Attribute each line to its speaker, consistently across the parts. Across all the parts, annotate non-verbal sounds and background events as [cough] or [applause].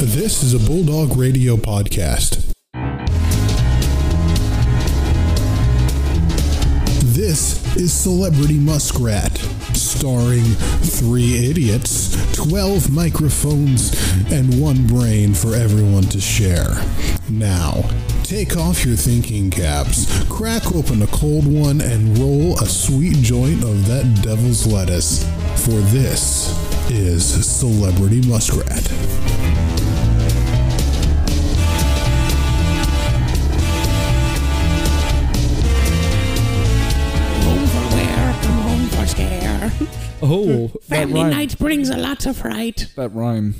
Speaker 1: This is a Bulldog Radio podcast. This is Celebrity Muskrat, starring three idiots, 12 microphones, and one brain for everyone to share. Now, take off your thinking caps, crack open a cold one, and roll a sweet joint of that devil's lettuce. For this is Celebrity Muskrat.
Speaker 2: Home for wear, come home for scare.
Speaker 3: Oh, that
Speaker 2: Family
Speaker 3: rhyme.
Speaker 2: night brings a lot of fright.
Speaker 3: That rhyme.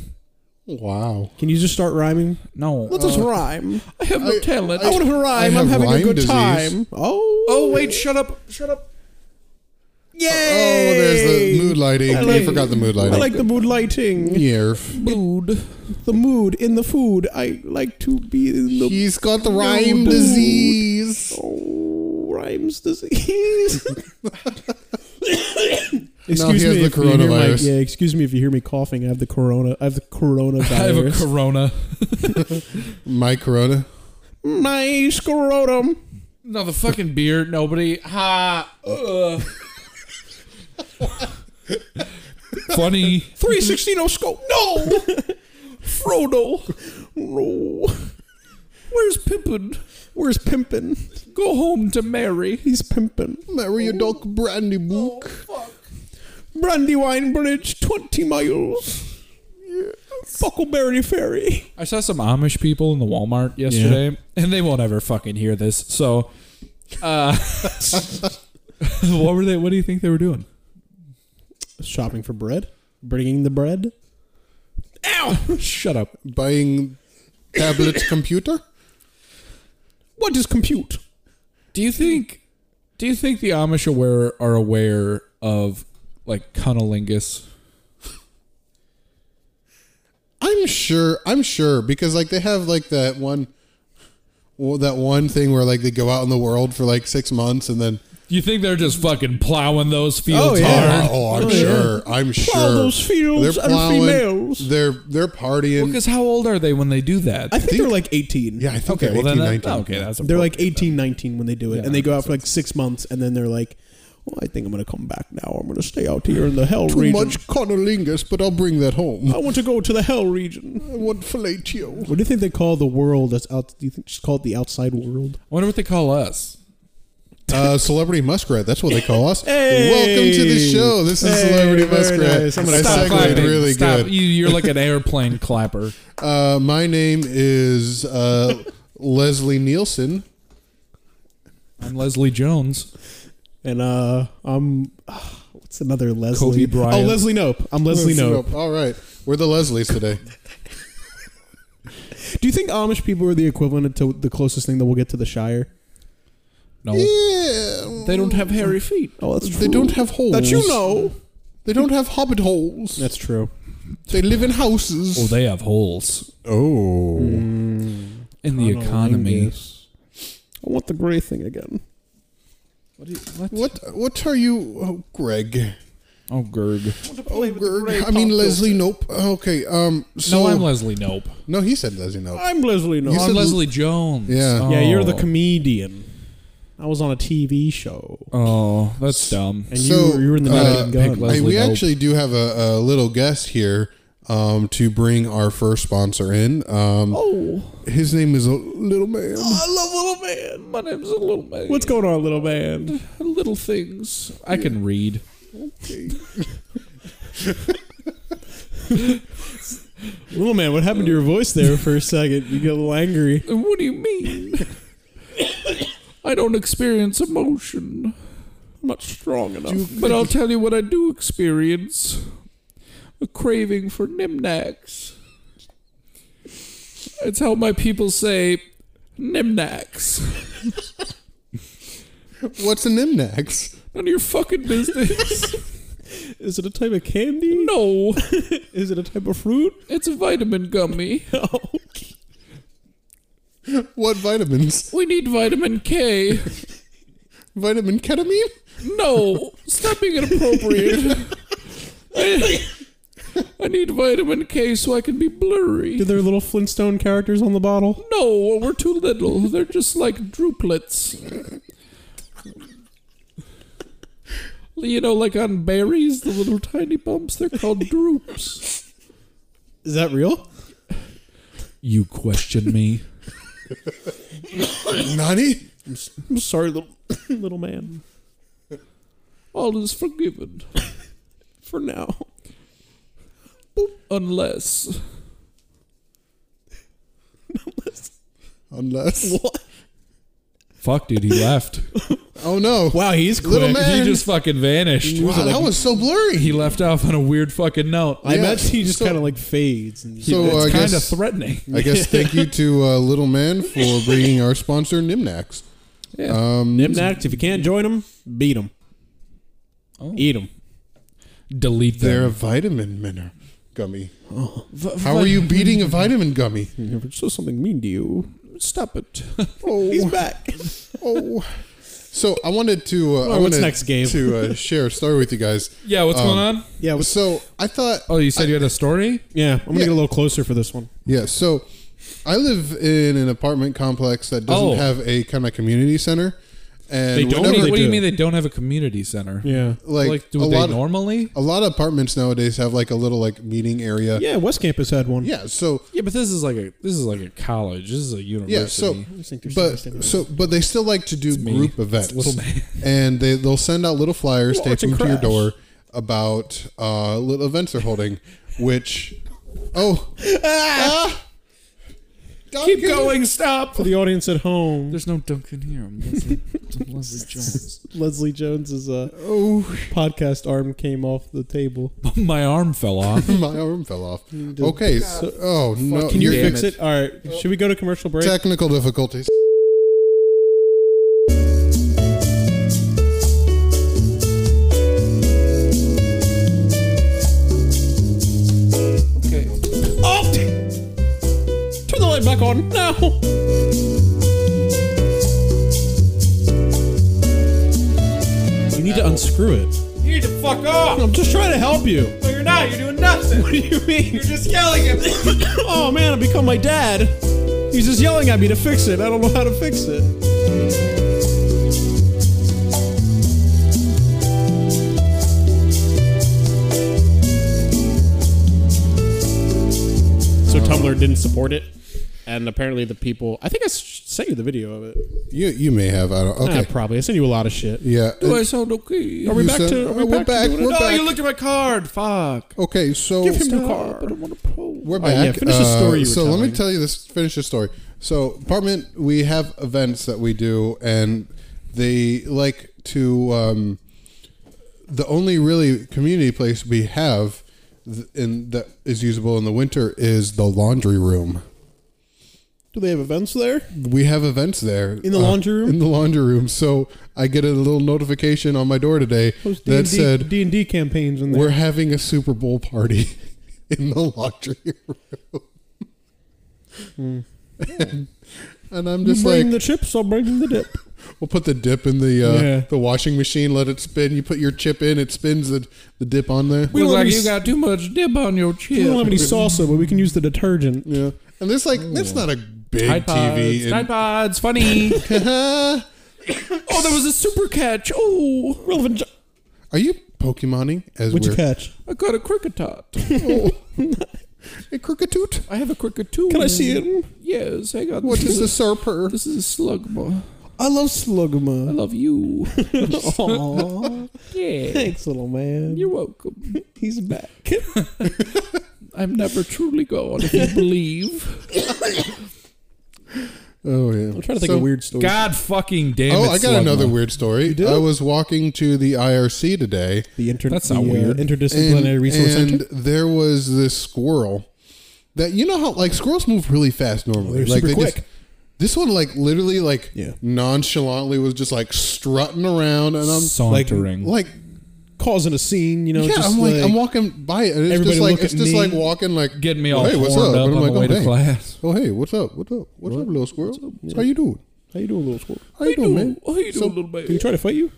Speaker 1: Wow.
Speaker 4: Can you just start rhyming?
Speaker 3: No. uh,
Speaker 4: Let us rhyme.
Speaker 3: I have no talent.
Speaker 4: Oh. I, want to rhyme.
Speaker 1: I
Speaker 4: I'm
Speaker 1: have
Speaker 4: having a
Speaker 1: Lyme
Speaker 4: good
Speaker 1: disease.
Speaker 4: time. Oh.
Speaker 3: oh, wait, shut up. Shut up.
Speaker 4: Yay.
Speaker 1: Oh, there's the mood lighting.
Speaker 4: I
Speaker 1: You
Speaker 4: like-
Speaker 1: forgot the mood
Speaker 4: I
Speaker 1: lighting.
Speaker 4: like the mood lighting.
Speaker 1: Yerf.
Speaker 3: Mood.
Speaker 4: The mood in the food. I like to be in the
Speaker 1: He's got the Lyme
Speaker 4: dude.
Speaker 1: disease.
Speaker 4: oh, [laughs]
Speaker 1: [coughs]
Speaker 4: rhymes disease. excuse
Speaker 1: he has the
Speaker 4: if you hear my-
Speaker 1: coronavirus.
Speaker 4: yeah, excuse me if you hear me coughing. I have the corona. I have
Speaker 1: [laughs]
Speaker 4: the coronavirus.
Speaker 3: I have a corona.
Speaker 1: My corona.
Speaker 4: my scrotum.
Speaker 3: No, the fucking beer. Nobody. Ha. [laughs] Ugh. Funny.
Speaker 4: 360 no scope. [laughs] No. Frodo. No.
Speaker 3: Where's Pippin?
Speaker 4: Where's Pimpin?
Speaker 3: Go home to Mary. Oh,
Speaker 4: He's pimpin'.
Speaker 1: Marry your dog brandy book.
Speaker 4: Brandywine Bridge, 20 miles. Buckleberry Ferry.
Speaker 3: I saw some Amish people in the Walmart yesterday, and they won't ever fucking hear this. So, uh, [laughs] what were they? What do you think they were doing?
Speaker 4: Shopping for bread. Bringing the bread.
Speaker 3: Ow! Shut up.
Speaker 1: Buying
Speaker 4: [laughs]
Speaker 1: tablet computer.
Speaker 4: What is compute?
Speaker 3: Do you think? Do you think the Amish aware are aware of like cunnilingus?
Speaker 1: I'm sure. I'm sure because like they have like that one, well, that one thing where like they go out in the world for like six months and then.
Speaker 3: You think they're just fucking plowing those fields
Speaker 4: Oh, yeah.
Speaker 3: hard?
Speaker 1: Oh, I'm sure. I'm sure.
Speaker 4: those fields and females.
Speaker 1: They're they're partying.
Speaker 3: Because how old are they when they do that?
Speaker 4: I think, they're like 18.
Speaker 1: yeah, I think
Speaker 3: okay,
Speaker 1: they're
Speaker 3: well
Speaker 1: 18,
Speaker 4: uh,
Speaker 3: then, that,
Speaker 1: 19.
Speaker 3: okay, that's appropriate.
Speaker 4: They're like 18, 19 when they do it.
Speaker 3: Yeah,
Speaker 4: and they go
Speaker 3: that
Speaker 4: out for like six months and then they're like, well, I think I'm going to come back now. I'm going to stay out here in the hell
Speaker 1: Too
Speaker 4: region.
Speaker 1: much conolingus, but I'll bring that home.
Speaker 4: I want to go to the hell region.
Speaker 1: I want fellatio.
Speaker 4: What do you think they call the world that's out? Do you think just call it the outside world?
Speaker 3: I wonder what they call us.
Speaker 1: Uh, celebrity muskrat. That's what they call us.
Speaker 4: [laughs] Hey!
Speaker 1: Welcome to the show. This is
Speaker 4: Hey,
Speaker 1: celebrity
Speaker 4: very
Speaker 1: muskrat.
Speaker 4: nice. I'm
Speaker 1: I
Speaker 4: gonna
Speaker 1: segued
Speaker 3: clapping.
Speaker 1: really
Speaker 3: Stop.
Speaker 1: good.
Speaker 3: You, you're like an airplane clapper.
Speaker 1: Uh, my name is uh, Leslie Nielsen.
Speaker 3: I'm Leslie Jones.
Speaker 4: And uh, I'm [sighs] what's another Leslie?
Speaker 3: Kobe Bryant.
Speaker 4: Oh, Leslie Nope. I'm Leslie Nope.
Speaker 1: All right, we're the Leslies today.
Speaker 4: Do you think Amish people are the equivalent to the closest thing that we'll get to the Shire?
Speaker 3: No,
Speaker 1: yeah,
Speaker 3: they don't have hairy feet.
Speaker 4: Oh, that's
Speaker 1: they don't have holes.
Speaker 4: That you know.
Speaker 1: they don't have hobbit holes.
Speaker 4: That's true.
Speaker 1: they live in houses.
Speaker 3: Well, Oh, they have holes
Speaker 1: oh,
Speaker 3: in the
Speaker 4: Mm,
Speaker 3: economy.
Speaker 4: I want the gray thing again.
Speaker 3: What, do you, what?
Speaker 1: what what are you, oh, Greg?
Speaker 3: Oh, Gerg.
Speaker 1: Oh, Greg. I mean Leslie. Nope. Okay. Um. So
Speaker 3: no, I'm Leslie. Nope.
Speaker 1: no, he said Leslie. Nope.
Speaker 4: I'm Leslie Nope.
Speaker 1: You
Speaker 3: Oh,
Speaker 1: said
Speaker 3: I'm
Speaker 1: L-
Speaker 3: Leslie Jones.
Speaker 1: Yeah.
Speaker 3: Oh.
Speaker 4: yeah, you're the comedian. I was on a TV show,
Speaker 3: Oh, that's dumb.
Speaker 4: and
Speaker 1: So,
Speaker 4: you, were, you were in the
Speaker 1: uh,
Speaker 3: pick
Speaker 4: Naked Gun.
Speaker 3: Leslie.
Speaker 1: Hey, we
Speaker 3: Nope.
Speaker 1: actually do have a, a little guest here um, to bring our first sponsor in. Um,
Speaker 4: Oh,
Speaker 1: His name is Little Man.
Speaker 4: I love little man.
Speaker 3: My name's a little man.
Speaker 4: What's going on, little man?
Speaker 3: little things? I can read.
Speaker 4: Little man, what happened to your voice there for a second? You get a little angry.
Speaker 3: What do you mean? I don't experience emotion,
Speaker 4: I'm not strong enough.
Speaker 3: but I'll tell you what I do experience: a craving for nimnacks. It's how my people say nimnacks.
Speaker 1: What's an Imnax?
Speaker 3: None of your fucking business.
Speaker 4: Is it a type of candy?
Speaker 3: no,
Speaker 4: Is it a type of fruit? [laughs]
Speaker 3: it's a vitamin gummy.
Speaker 4: No.
Speaker 1: What vitamins?
Speaker 3: We need vitamin K.
Speaker 1: Vitamin ketamine?
Speaker 3: No, stop being inappropriate. I, I need vitamin K so I can be blurry.
Speaker 4: Do their little Flintstone characters on the bottle?
Speaker 3: No, we're too little. They're just like droplets. You know, like on berries, the little tiny bumps, they're called droops.
Speaker 4: Is that real?
Speaker 3: You question me?
Speaker 1: Nani?
Speaker 4: I'm sorry, little [coughs] little man.
Speaker 3: All is forgiven.
Speaker 4: For now,
Speaker 3: Unless.
Speaker 1: Unless.
Speaker 3: Fuck, dude, he left.
Speaker 1: Oh no.
Speaker 4: wow, he's quick.
Speaker 1: Little man.
Speaker 3: he just fucking vanished.
Speaker 1: Wow, that was so blurry.
Speaker 3: He left off on a weird fucking note.
Speaker 4: I
Speaker 1: Yeah,
Speaker 4: imagine he just
Speaker 1: so-
Speaker 4: kind of like fades. And
Speaker 1: So uh, I
Speaker 3: it's kind of
Speaker 1: guess
Speaker 3: threatening.
Speaker 1: I guess thank you to uh, Little Man for bringing our sponsor Nimnax.
Speaker 3: Yeah.
Speaker 1: Um,
Speaker 4: Nimnax, if you can't join him, beat him.
Speaker 3: Oh.
Speaker 4: Eat him.
Speaker 3: [laughs] Delete
Speaker 1: they're a
Speaker 3: them.
Speaker 1: vitamin minner gummy.
Speaker 3: V-
Speaker 1: How are you beating
Speaker 3: [laughs]
Speaker 1: a vitamin gummy?
Speaker 4: If it says something mean to you,
Speaker 3: Stop
Speaker 4: [laughs]
Speaker 3: it.
Speaker 1: Oh,
Speaker 4: back.
Speaker 1: oh. So I wanted to. Uh, I
Speaker 4: what's
Speaker 1: wanted
Speaker 4: next, Gabe?
Speaker 1: to uh, share a story with you guys.
Speaker 3: yeah, what's
Speaker 1: Um,
Speaker 3: going on?
Speaker 4: Yeah, what's-
Speaker 1: So I thought.
Speaker 3: Oh, you said you had a story?
Speaker 4: yeah. I'm gonna
Speaker 1: Yeah.
Speaker 4: get a little closer for this one.
Speaker 1: Yeah. So I live in an apartment complex that doesn't
Speaker 3: Oh.
Speaker 1: have a kind of community center, and
Speaker 4: They don't?
Speaker 3: What, do you-
Speaker 1: whenever-
Speaker 4: they
Speaker 3: what do you
Speaker 4: do.
Speaker 3: mean they don't have a community center?
Speaker 4: Yeah.
Speaker 1: like,
Speaker 3: Like, do
Speaker 1: a
Speaker 3: they
Speaker 1: lot. Of,
Speaker 3: normally?
Speaker 1: a lot of apartments nowadays have like a little like meeting area.
Speaker 4: Yeah. West Campus had one.
Speaker 1: Yeah. So
Speaker 3: Yeah, but this is like a this is like a college. This is a university.
Speaker 1: yeah. So
Speaker 4: I just think there's
Speaker 1: but
Speaker 4: something-
Speaker 1: so but they still like to do
Speaker 3: me.
Speaker 1: group
Speaker 3: It's
Speaker 1: events
Speaker 3: little man.
Speaker 1: and they they'll send out little flyers
Speaker 4: Well, it's
Speaker 1: taped
Speaker 4: a
Speaker 1: to your
Speaker 4: crash.
Speaker 1: door about uh little events they're holding which oh ah,
Speaker 3: keep
Speaker 1: Duncan.
Speaker 3: going. Stop.
Speaker 4: for the audience at home,
Speaker 3: There's no Duncan here. I'm Leslie, [laughs] I'm Leslie Jones.
Speaker 4: Leslie Jones's uh,
Speaker 1: oh
Speaker 4: podcast arm came off the table.
Speaker 3: My arm fell
Speaker 4: [laughs]
Speaker 3: off.
Speaker 1: [laughs] my arm fell off okay so, oh no
Speaker 4: Can you
Speaker 1: you're-
Speaker 4: fix it? All right. Should we go to commercial break?
Speaker 1: technical difficulties
Speaker 3: Okay.
Speaker 4: Oh! Turn the light back on. No. You need to unscrew it.
Speaker 3: You need to fuck off.
Speaker 4: I'm just trying to help you.
Speaker 3: No, you're not. You're doing nothing.
Speaker 4: What do you mean?
Speaker 3: just yelling at me.
Speaker 4: oh man, I've become my dad. He's just yelling at me to fix it. I don't know how to fix it. So Tumblr didn't support it, and apparently the people. I think I s- sent you the video of it.
Speaker 1: you you may have I don't
Speaker 4: Ah,
Speaker 1: okay
Speaker 4: probably. I sent you a lot of shit.
Speaker 1: yeah
Speaker 3: Do I sound okay?
Speaker 4: Are we
Speaker 1: You
Speaker 4: back
Speaker 1: said-
Speaker 4: to? Are we
Speaker 1: oh, we're
Speaker 4: back, to
Speaker 1: back,
Speaker 4: doing it?
Speaker 1: we're
Speaker 3: no,
Speaker 1: back.
Speaker 3: you looked at my card. Fuck.
Speaker 1: okay so
Speaker 4: Give him the
Speaker 3: Stop.
Speaker 4: card.
Speaker 3: I don't want to pull.
Speaker 1: We're
Speaker 4: All right,
Speaker 1: back.
Speaker 4: Oh,
Speaker 1: Uh,
Speaker 4: yeah, finish the story you were
Speaker 1: so let me
Speaker 4: telling.
Speaker 1: tell you this. Finish the story. So apartment, we have events that we do, and they like to. Um, the only really community place we have, th- in that is usable in the winter is the laundry room.
Speaker 4: Do they have events there?
Speaker 1: We have events there Uh,
Speaker 4: In the laundry room?
Speaker 1: In the laundry room. So I get a little notification on my door today
Speaker 4: Those D&D,
Speaker 1: that said
Speaker 4: D and D campaigns in there.
Speaker 1: we're having a Super Bowl party [laughs] in the laundry room. and, and I'm just
Speaker 4: Hmm. you bring
Speaker 1: like,
Speaker 4: the chips, I'll bring the dip.
Speaker 1: we'll put the dip in the uh,
Speaker 4: Yeah.
Speaker 1: the washing machine, let it spin. You put your chip in, it spins the, the dip on there.
Speaker 3: We Looks
Speaker 4: don't have
Speaker 3: like
Speaker 4: any
Speaker 3: you
Speaker 4: s-
Speaker 3: got too much dip on your chin.
Speaker 4: We don't have any salsa, but we can use the detergent.
Speaker 1: yeah. And there's like, that's not a big
Speaker 3: Tide Pods.
Speaker 1: TV.
Speaker 3: Tide
Speaker 1: And,
Speaker 3: Pods.
Speaker 4: [laughs]
Speaker 3: Funny.
Speaker 1: [laughs]
Speaker 3: oh, there was a super catch. Oh,
Speaker 4: Relevant. jo-
Speaker 1: are you Pokemoning as
Speaker 4: What'd
Speaker 1: we're
Speaker 4: you catch?
Speaker 3: I got a
Speaker 4: [laughs]
Speaker 3: cricket tot.
Speaker 1: a cricketoot?
Speaker 3: I have a cricket too.
Speaker 4: Oh. Can I see it?
Speaker 3: Yes, hang on.
Speaker 1: What is a surper?
Speaker 3: This is a slug ball.
Speaker 4: I love
Speaker 3: I
Speaker 4: Slugma.
Speaker 3: love you.
Speaker 4: [laughs] Aw,
Speaker 3: Yeah.
Speaker 4: thanks, little man.
Speaker 3: You're welcome.
Speaker 4: He's back.
Speaker 3: I'm never truly gone
Speaker 4: [laughs]
Speaker 3: if you believe.
Speaker 1: Oh yeah.
Speaker 4: I'm trying to think
Speaker 1: So-
Speaker 4: of weird stories.
Speaker 3: God fucking damn
Speaker 1: Oh,
Speaker 3: it,
Speaker 1: I got
Speaker 3: Slugma.
Speaker 1: another weird story.
Speaker 4: You do?
Speaker 1: I was walking to the IRC today,
Speaker 4: The inter-
Speaker 3: That's not
Speaker 4: the, uh,
Speaker 3: weird.
Speaker 4: interdisciplinary resource
Speaker 1: and
Speaker 4: center.
Speaker 1: there was this squirrel that you know how like squirrels move really fast normally.
Speaker 4: They're
Speaker 1: like
Speaker 4: super
Speaker 1: just-
Speaker 4: quick.
Speaker 1: this one like literally like
Speaker 4: Yeah.
Speaker 1: nonchalantly was just like strutting around and I'm
Speaker 3: Sauntering.
Speaker 1: like
Speaker 4: Causing a scene, you know.
Speaker 1: yeah,
Speaker 4: just
Speaker 1: I'm like,
Speaker 4: like,
Speaker 1: I'm walking by it and it's
Speaker 4: everybody
Speaker 1: just like
Speaker 4: look
Speaker 1: it's
Speaker 4: at
Speaker 1: just
Speaker 4: me.
Speaker 1: like walking like
Speaker 3: Getting me
Speaker 1: "Oh,
Speaker 3: all
Speaker 1: hey, what's
Speaker 3: horned
Speaker 1: up?
Speaker 3: up,
Speaker 1: And
Speaker 3: on
Speaker 1: I'm
Speaker 3: the way
Speaker 1: like, oh,
Speaker 3: to
Speaker 1: hey.
Speaker 3: class.
Speaker 1: oh hey, what's up? What's up? What's up, little squirrel? How you doing?
Speaker 4: How you doing, little squirrel?
Speaker 1: How you doing, man?
Speaker 3: Oh, you
Speaker 1: So-
Speaker 3: doing, little
Speaker 4: Did he
Speaker 3: baby?
Speaker 4: try to fight you?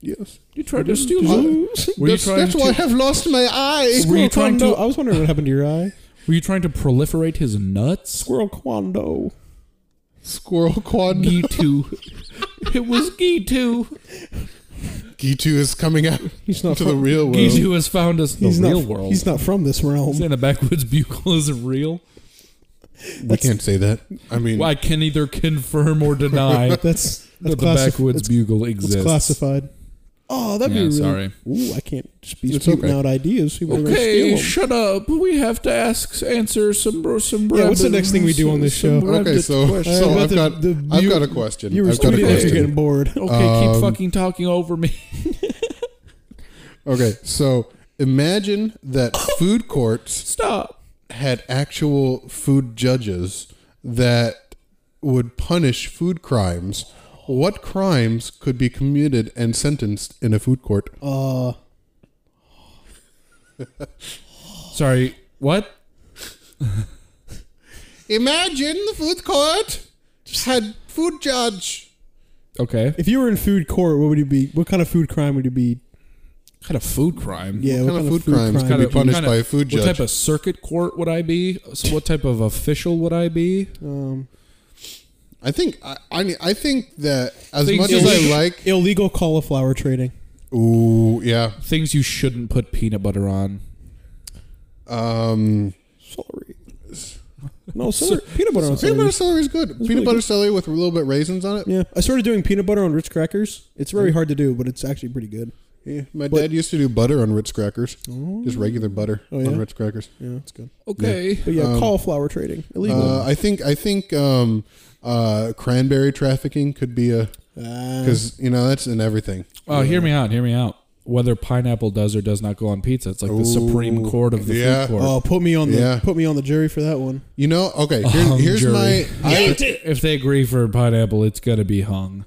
Speaker 1: Yes.
Speaker 3: You tried to steal
Speaker 1: I-
Speaker 3: [laughs] Were you
Speaker 1: that's
Speaker 3: trying
Speaker 1: that's
Speaker 3: to?
Speaker 1: why I have lost my eye.
Speaker 3: Were you trying
Speaker 4: Quando.
Speaker 3: to-
Speaker 4: I was wondering what happened to your eye.
Speaker 3: Were you trying to proliferate his nuts? [laughs]
Speaker 4: Squirrel Quando.
Speaker 1: Squirrel Quad
Speaker 4: [laughs]
Speaker 3: Gitu. it was Gitu.
Speaker 1: Gitu is coming out
Speaker 4: He's not
Speaker 1: to the
Speaker 4: from,
Speaker 1: real world.
Speaker 3: Gitu has found us the
Speaker 4: he's
Speaker 3: real
Speaker 4: not,
Speaker 3: world.
Speaker 4: He's not from this realm.
Speaker 3: Saying the backwoods bugle [laughs] isn't real.
Speaker 1: We can't say that. I mean,
Speaker 3: Well, I can either confirm or deny [laughs] that
Speaker 4: That's
Speaker 3: the
Speaker 4: that's classif-
Speaker 3: backwoods
Speaker 4: that's-
Speaker 3: bugle
Speaker 4: that's
Speaker 3: exists.
Speaker 4: classified. Oh, that'd
Speaker 3: Yeah,
Speaker 4: be really.
Speaker 3: sorry.
Speaker 4: Ooh, I can't just be
Speaker 1: It's
Speaker 4: spewing
Speaker 1: okay.
Speaker 4: out ideas. People are gonna
Speaker 3: Okay,
Speaker 4: steal 'em.
Speaker 3: shut up. We have to ask, answer some, some.
Speaker 4: Yeah, what's the next thing we do on this show?
Speaker 1: okay, so,
Speaker 4: question.
Speaker 1: so
Speaker 4: I've
Speaker 1: I've
Speaker 4: got
Speaker 1: got
Speaker 4: the- the
Speaker 1: I've
Speaker 4: view-
Speaker 1: got a question.
Speaker 4: You were
Speaker 1: I've got a
Speaker 4: tweeting after
Speaker 1: question.
Speaker 4: getting bored.
Speaker 3: Okay,
Speaker 1: Um,
Speaker 3: keep fucking talking over me.
Speaker 1: Okay, so imagine that food courts
Speaker 3: Stop.
Speaker 1: had actual food judges that would punish food crimes. What crimes could be committed and sentenced in a food court?
Speaker 4: Uh,
Speaker 3: Sorry, what?
Speaker 1: Imagine the food court had food judge.
Speaker 3: Okay.
Speaker 4: if you were in food court, what would you be? What kind of food crime would you be?
Speaker 3: Kind of food crime.
Speaker 4: Yeah,
Speaker 1: What kind of food crimes
Speaker 4: crime
Speaker 1: could
Speaker 4: would
Speaker 1: be
Speaker 4: you-
Speaker 1: punished by a food
Speaker 3: What
Speaker 1: judge?
Speaker 3: type of circuit court would I be? So what type of official would I be?
Speaker 4: um,
Speaker 1: I think I, I mean I think that as
Speaker 3: Things
Speaker 1: much as I
Speaker 3: illegal.
Speaker 1: like
Speaker 4: illegal cauliflower trading?
Speaker 1: Ooh, yeah.
Speaker 3: Things you shouldn't put peanut butter on.
Speaker 1: Um
Speaker 4: Sorry. No, sorry. peanut butter on
Speaker 1: peanut butter
Speaker 4: celery.
Speaker 1: celery is good. peanut
Speaker 4: really
Speaker 1: butter
Speaker 4: good.
Speaker 1: celery with a little bit raisins on it.
Speaker 4: Yeah, I started doing peanut butter on Ritz crackers. It's very hard to do, but it's actually pretty good.
Speaker 1: Yeah, my
Speaker 4: But-
Speaker 1: dad used to do butter on Ritz crackers. Just regular butter
Speaker 4: Oh, yeah?
Speaker 1: on Ritz crackers.
Speaker 4: Yeah, it's good.
Speaker 3: Okay.
Speaker 4: But yeah,
Speaker 1: Um,
Speaker 4: cauliflower trading illegal.
Speaker 1: Uh, I think I think um, uh, cranberry trafficking could be a
Speaker 4: Ah.
Speaker 1: because you know that's in everything.
Speaker 3: Oh, hear me out. Hear me out. Whether pineapple does or does not go on pizza, it's like the supreme
Speaker 1: Ooh,
Speaker 3: court of the
Speaker 1: yeah.
Speaker 3: food court.
Speaker 4: Oh, put me on the
Speaker 1: Yeah.
Speaker 4: put me on the jury for that one.
Speaker 1: You know,
Speaker 4: [laughs]
Speaker 1: okay. Here's,
Speaker 4: Um,
Speaker 3: Hung
Speaker 1: here's
Speaker 3: jury.
Speaker 1: my. I,
Speaker 3: if they agree for pineapple, it's gonna be hung.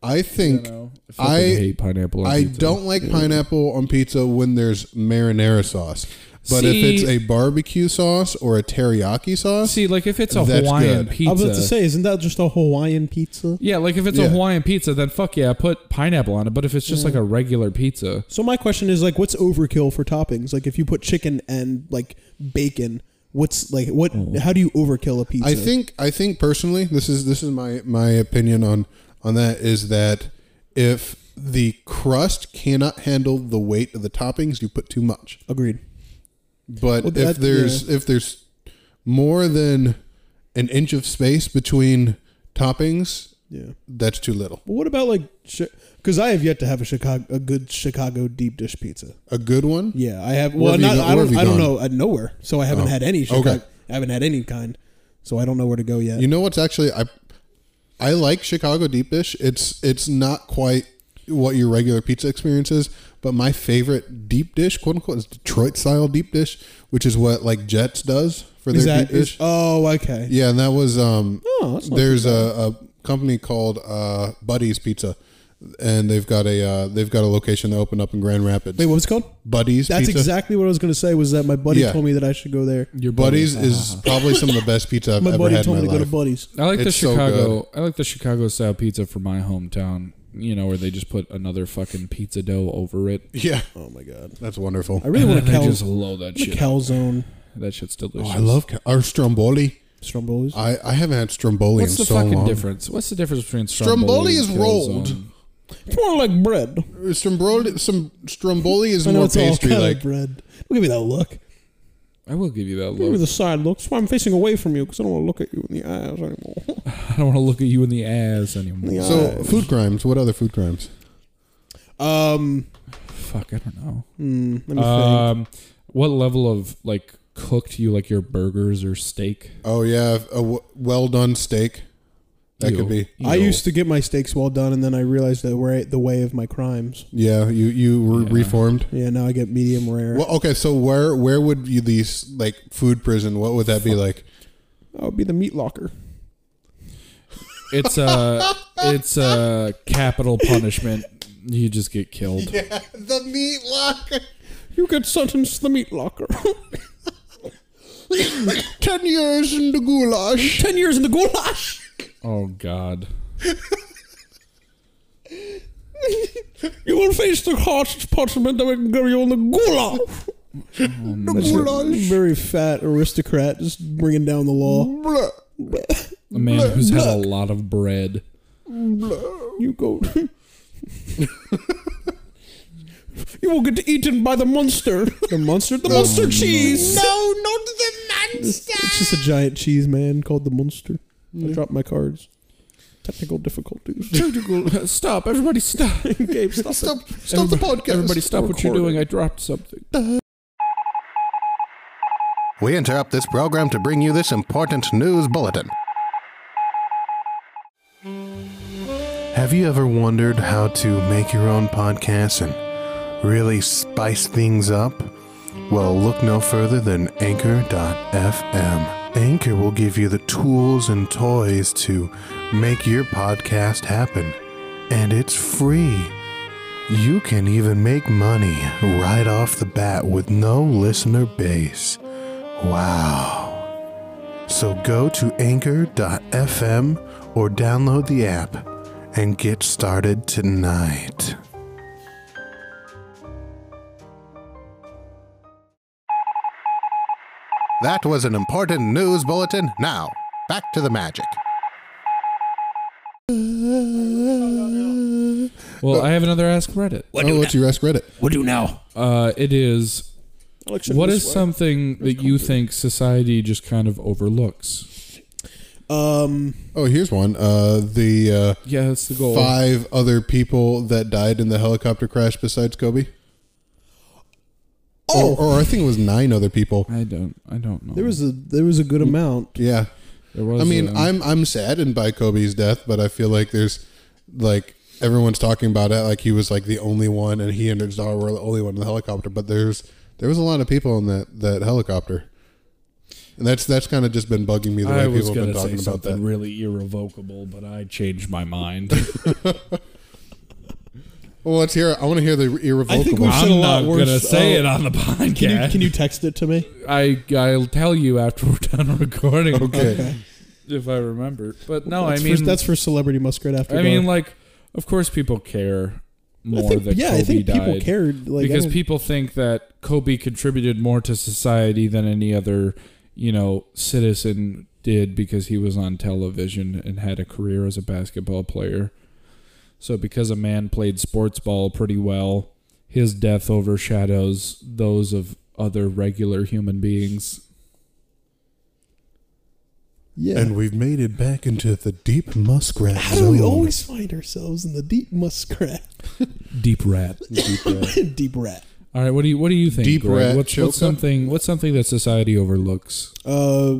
Speaker 1: I think
Speaker 3: I fucking
Speaker 1: I-
Speaker 3: hate pineapple. on
Speaker 1: I
Speaker 3: pizza.
Speaker 1: don't like pineapple on pizza when there's marinara sauce, but if
Speaker 3: See-
Speaker 1: it's a barbecue sauce or a teriyaki sauce,
Speaker 3: see like if it's a
Speaker 1: That's
Speaker 3: Hawaiian
Speaker 1: good.
Speaker 3: pizza.
Speaker 4: I was about to say, isn't that just a Hawaiian pizza?
Speaker 3: yeah, like if it's
Speaker 1: Yeah.
Speaker 3: a Hawaiian pizza, then fuck yeah, put pineapple on it. But if it's just like a regular pizza,
Speaker 4: So my question is like, what's overkill for toppings? Like, if you put chicken and like bacon, what's like what? How do you overkill a pizza?
Speaker 1: Oh. I think I think personally, this is this is my my opinion on on that is that if the crust cannot handle the weight of the toppings, you put too much.
Speaker 4: agreed.
Speaker 1: But
Speaker 4: Well,
Speaker 1: if
Speaker 4: that-
Speaker 1: there's if there's more than an inch of space between toppings,
Speaker 4: Yeah.
Speaker 1: that's too little.
Speaker 4: But what about like? Because I have yet to have a Chicago a good Chicago deep dish pizza.
Speaker 1: A good one.
Speaker 4: Yeah, I have.
Speaker 1: Where
Speaker 4: Well,
Speaker 1: have you
Speaker 4: not,
Speaker 1: go-
Speaker 4: I
Speaker 1: where have
Speaker 4: don't.
Speaker 1: you
Speaker 4: I don't
Speaker 1: gone?
Speaker 4: know. Uh, nowhere. So I haven't
Speaker 1: Oh.
Speaker 4: had any. Chicago,
Speaker 1: Okay.
Speaker 4: I haven't had any kind. So I don't know where to go yet.
Speaker 1: You know what's actually I I like Chicago deep dish. It's it's not quite what your regular pizza experience is, but my favorite deep dish, quote unquote, is Detroit style deep dish, which is what like Jets does for their
Speaker 4: is that?
Speaker 1: deep
Speaker 4: Is,
Speaker 1: dish.
Speaker 4: oh, okay.
Speaker 1: yeah, and that was um
Speaker 4: Oh, that's not
Speaker 1: there's a, a company called uh Buddy's Pizza and they've got a uh, they've got a location that opened up in Grand Rapids.
Speaker 4: Wait, what was it called?
Speaker 1: Buddy's
Speaker 4: That's
Speaker 1: Pizza.
Speaker 4: exactly what I was going to say. Was that my buddy
Speaker 1: Yeah.
Speaker 4: told me that I should go there?
Speaker 3: your
Speaker 1: Buddy's is
Speaker 4: [laughs]
Speaker 1: probably some of the best pizza I've
Speaker 4: My
Speaker 1: ever
Speaker 4: buddy
Speaker 1: had in
Speaker 4: told
Speaker 1: my
Speaker 4: me to go to
Speaker 1: life.
Speaker 4: Buddy's.
Speaker 3: I like the
Speaker 1: It's so
Speaker 3: Chicago. I like the Chicago style pizza for my hometown. You know where they just put another fucking pizza dough over it.
Speaker 1: Yeah,
Speaker 4: Oh my god,
Speaker 1: that's wonderful.
Speaker 4: I really
Speaker 1: [laughs]
Speaker 3: And
Speaker 4: want a
Speaker 3: then they just
Speaker 4: calzone.
Speaker 3: load that shit.
Speaker 4: Calzone
Speaker 3: That shit's
Speaker 1: Oh,
Speaker 3: delicious.
Speaker 1: I love ca- our Stromboli.
Speaker 4: Stromboli's.
Speaker 1: I, I haven't had Stromboli in
Speaker 3: What's the
Speaker 1: so
Speaker 3: fucking
Speaker 1: long.
Speaker 3: difference? What's the difference between
Speaker 1: Stromboli
Speaker 3: Stromboli
Speaker 1: is
Speaker 3: and
Speaker 1: rolled.
Speaker 3: calzone?
Speaker 4: It's more like bread.
Speaker 1: Uh, Stromboli, some Stromboli is
Speaker 4: I know
Speaker 1: more
Speaker 4: it's all
Speaker 1: pastry
Speaker 4: kind
Speaker 1: like.
Speaker 4: of bread. Don't give me that look.
Speaker 3: I will give you that
Speaker 4: Give me
Speaker 3: look.
Speaker 4: the side look. That's why I'm facing away from you because I don't want to look at you in the eyes anymore.
Speaker 3: [laughs]
Speaker 4: [laughs]
Speaker 3: I don't want to look at you in the ass anymore.
Speaker 4: Yeah.
Speaker 1: So food crimes. What other food crimes?
Speaker 4: um,
Speaker 3: Fuck, I don't know.
Speaker 4: hmm, let me think.
Speaker 3: Um, what level of like cooked you like your burgers or steak?
Speaker 1: Oh yeah, a w- well done steak. That could be.
Speaker 4: I used to get my steaks well done, and then I realized that we're the way of my crimes.
Speaker 1: Yeah, you you were
Speaker 3: Yeah.
Speaker 1: reformed.
Speaker 4: Yeah, now I get medium rare.
Speaker 1: Well, okay. So where where would you these like food prison? What would that be like?
Speaker 4: That would be the meat locker.
Speaker 3: It's
Speaker 4: [laughs]
Speaker 3: a it's a capital punishment. You just get killed.
Speaker 1: the meat locker.
Speaker 4: You get sentenced to the meat [laughs] locker.
Speaker 1: [laughs] Ten years in the goulash.
Speaker 4: Ten years in the goulash.
Speaker 3: Oh God.
Speaker 5: You will face the harshest punishment I can give you on the goulash.
Speaker 4: Oh,
Speaker 5: the goulash.
Speaker 4: Very fat aristocrat, just bringing down the law.
Speaker 5: Blah,
Speaker 3: A man who's had a lot of bread.
Speaker 5: blah.
Speaker 4: You go.
Speaker 5: [laughs] You will get eaten by the monster.
Speaker 4: The monster, the
Speaker 5: monster
Speaker 4: monster
Speaker 5: cheese.
Speaker 4: cheese.
Speaker 5: No, not the
Speaker 4: It's just a giant cheese man called the monster. I dropped my cards. Technical difficulties. [laughs]
Speaker 3: Tentacle. Stop! Everybody, stop!
Speaker 4: Gabe, stop.
Speaker 5: Stop, stop the podcast.
Speaker 3: Everybody, stop what you're
Speaker 5: Recording.
Speaker 3: doing! I dropped something.
Speaker 6: We interrupt this program to bring you this important news bulletin. Have you ever wondered how to make your own podcast and really spice things up? Well, look no further than Anchor.fm. Anchor will give you the tools and toys to make your podcast happen, and it's free. You can even make money right off the bat with no listener base. Wow. So go to anchor.fm or download the app and get started tonight. That was an important news bulletin. Now, back to the magic.
Speaker 3: Well, I have another Ask Reddit.
Speaker 1: What oh, what's your ask Reddit?
Speaker 7: What do now?
Speaker 3: Uh, it is. What is something that you think society just kind of overlooks?
Speaker 4: Um,
Speaker 1: Oh, here's one. Uh, the
Speaker 3: Yeah, that's the
Speaker 1: uh,
Speaker 3: goal.
Speaker 1: five other people that died in the helicopter crash besides Kobe.
Speaker 4: Oh!
Speaker 1: or, or I think it was nine other people.
Speaker 3: I don't. I don't know.
Speaker 4: there was a there was a good amount.
Speaker 1: Yeah,
Speaker 3: There was um,
Speaker 1: I mean,
Speaker 3: a-
Speaker 1: I'm I'm saddened by Kobe's death, but I feel like there's like everyone's talking about it like he was like the only one, and he and Czar were the only one in the helicopter. But there's there was a lot of people in that that helicopter, and that's that's kind of just been bugging me the way
Speaker 3: I was
Speaker 1: people have
Speaker 3: going
Speaker 1: been
Speaker 3: to say
Speaker 1: talking about
Speaker 3: something
Speaker 1: that.
Speaker 3: really irrevocable, but I changed my
Speaker 4: [laughs]
Speaker 3: mind.
Speaker 1: Well, let's hear. I want to hear the irrevocable.
Speaker 4: I think we- said a
Speaker 3: I'm
Speaker 4: lot
Speaker 3: not going to
Speaker 4: worse.
Speaker 3: say
Speaker 4: Oh.
Speaker 3: it on the podcast.
Speaker 4: Can you can you text it to me?
Speaker 3: I I'll tell you after we're
Speaker 4: [laughs]
Speaker 3: done recording.
Speaker 1: okay.
Speaker 3: if I remember. But no,
Speaker 4: that's
Speaker 3: I mean
Speaker 4: for, that's for celebrity muskrat after.
Speaker 3: I mean
Speaker 4: dark.
Speaker 3: like of course people care more
Speaker 4: I think
Speaker 3: that
Speaker 4: yeah,
Speaker 3: Kobe
Speaker 4: I think
Speaker 3: died
Speaker 4: people cared like I
Speaker 3: because
Speaker 4: don't-
Speaker 3: people think that Kobe contributed more to society than any other, you know, citizen did because he was on television and had a career as a basketball player. So because a man played sports ball pretty well, his death overshadows those of other regular human beings.
Speaker 4: yeah.
Speaker 1: And we've made it back into the deep muskrat
Speaker 4: How do
Speaker 1: zone.
Speaker 4: we always find ourselves in the deep muskrat, [laughs]
Speaker 3: Deep rat.
Speaker 1: deep rat.
Speaker 4: deep rat?
Speaker 3: All right, what do you what do you think?
Speaker 1: Deep
Speaker 3: Greg?
Speaker 1: rat
Speaker 3: What's,
Speaker 1: choke
Speaker 3: what's
Speaker 1: up?
Speaker 3: something what's something that society overlooks?
Speaker 4: Uh,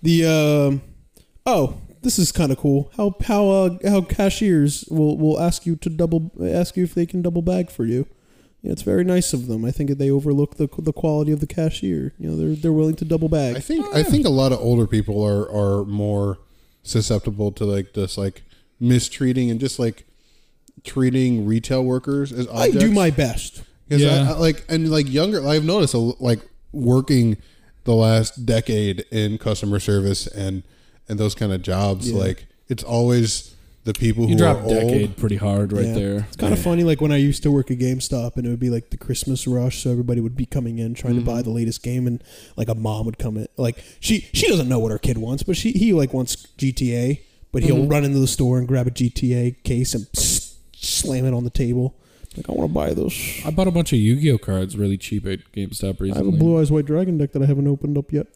Speaker 4: the um, oh, this is kind of cool. How how uh, how cashiers will will ask you to double ask you if they can double bag for you. You know, it's very nice of them. I think that they overlook the the quality of the cashier. You know, they're they're willing to double
Speaker 1: I
Speaker 4: bag.
Speaker 1: think I think a lot of older people are are more susceptible to like just like mistreating and just like treating retail workers as
Speaker 4: I
Speaker 1: objects.
Speaker 4: do my best.
Speaker 1: Because
Speaker 3: Yeah.
Speaker 1: I, I, like and like younger, I've noticed a, l- like working the last decade in customer service and and those kind of jobs, like it's always the people who
Speaker 3: You
Speaker 1: are
Speaker 3: dropped
Speaker 1: old.
Speaker 3: decade pretty hard right
Speaker 4: Yeah.
Speaker 3: there.
Speaker 4: It's kind of funny, like when I used to work at GameStop, and it would be like the Christmas rush, so everybody would be coming in trying to buy
Speaker 3: Mm-hmm.
Speaker 4: the latest game, and like a mom would come in, like she she doesn't know what her kid wants, but she he like wants GTA, but
Speaker 3: Mm-hmm.
Speaker 4: he'll run into the store and grab a GTA case and s- slam it on the table, like I want to buy this.
Speaker 3: I bought a bunch of Yu-Gi-Oh cards really cheap at GameStop recently.
Speaker 4: I have a Blue Eyes White Dragon deck that I haven't opened up yet.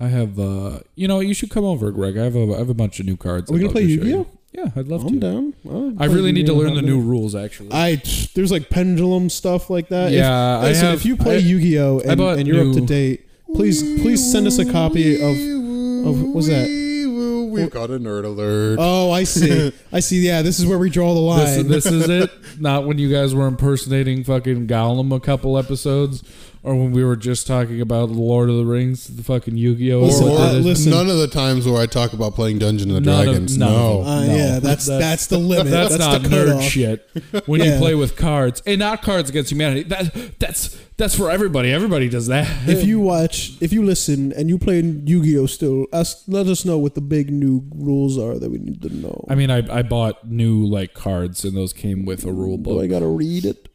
Speaker 3: I have, uh, you know, you should come over, Greg. I have a I have a bunch of new cards.
Speaker 4: Are we
Speaker 3: I'd
Speaker 4: gonna
Speaker 3: love
Speaker 4: play
Speaker 3: to show you.
Speaker 4: Yu-Gi-Oh?
Speaker 3: Yeah, I'd love to.
Speaker 4: I'm down. I'll
Speaker 3: I
Speaker 4: play
Speaker 3: really need to
Speaker 4: Yu-Gi-Oh
Speaker 3: learn the
Speaker 4: in a
Speaker 3: new
Speaker 4: minute.
Speaker 3: rules actually.
Speaker 4: I there's like pendulum stuff like that.
Speaker 3: Yeah,
Speaker 4: if,
Speaker 3: I
Speaker 4: listen,
Speaker 3: have-
Speaker 4: if you play
Speaker 3: I-
Speaker 4: Yu-Gi-Oh
Speaker 3: I
Speaker 4: and,
Speaker 3: bought
Speaker 4: and you're up to
Speaker 3: new-
Speaker 4: date, please please send us a copy of of what was that?
Speaker 1: We've got a nerd alert.
Speaker 4: Oh, I see.
Speaker 3: [laughs]
Speaker 4: I see. Yeah, this is where we draw the
Speaker 3: this,
Speaker 4: line.
Speaker 3: this is it. Not when you guys were impersonating fucking Gollum a couple episodes or when we were just talking about Lord of the Rings, the fucking Yu-Gi-Oh.
Speaker 4: Or-
Speaker 3: or
Speaker 4: or-
Speaker 3: what it is.
Speaker 4: listen.
Speaker 1: None of the times where I talk about playing Dungeons and
Speaker 3: None of-
Speaker 1: Dragons.
Speaker 3: none
Speaker 1: no.
Speaker 3: of
Speaker 4: Uh,
Speaker 3: No.
Speaker 4: Yeah, that's
Speaker 3: That's-
Speaker 4: that's the limit.
Speaker 3: That's, not
Speaker 4: That's, the
Speaker 3: nerd
Speaker 4: cutoff.
Speaker 3: shit. When you
Speaker 4: Yeah.
Speaker 3: play with cards, and not Cards Against Humanity, that that's that's for everybody. Everybody does that.
Speaker 4: If you watch, if you listen, and you play Yu-Gi-Oh still, ask, let us know what the big new rules are that we need to know.
Speaker 3: I mean, I, I bought new like cards, and those came with a rule
Speaker 4: Do I
Speaker 3: book.
Speaker 4: gotta read it?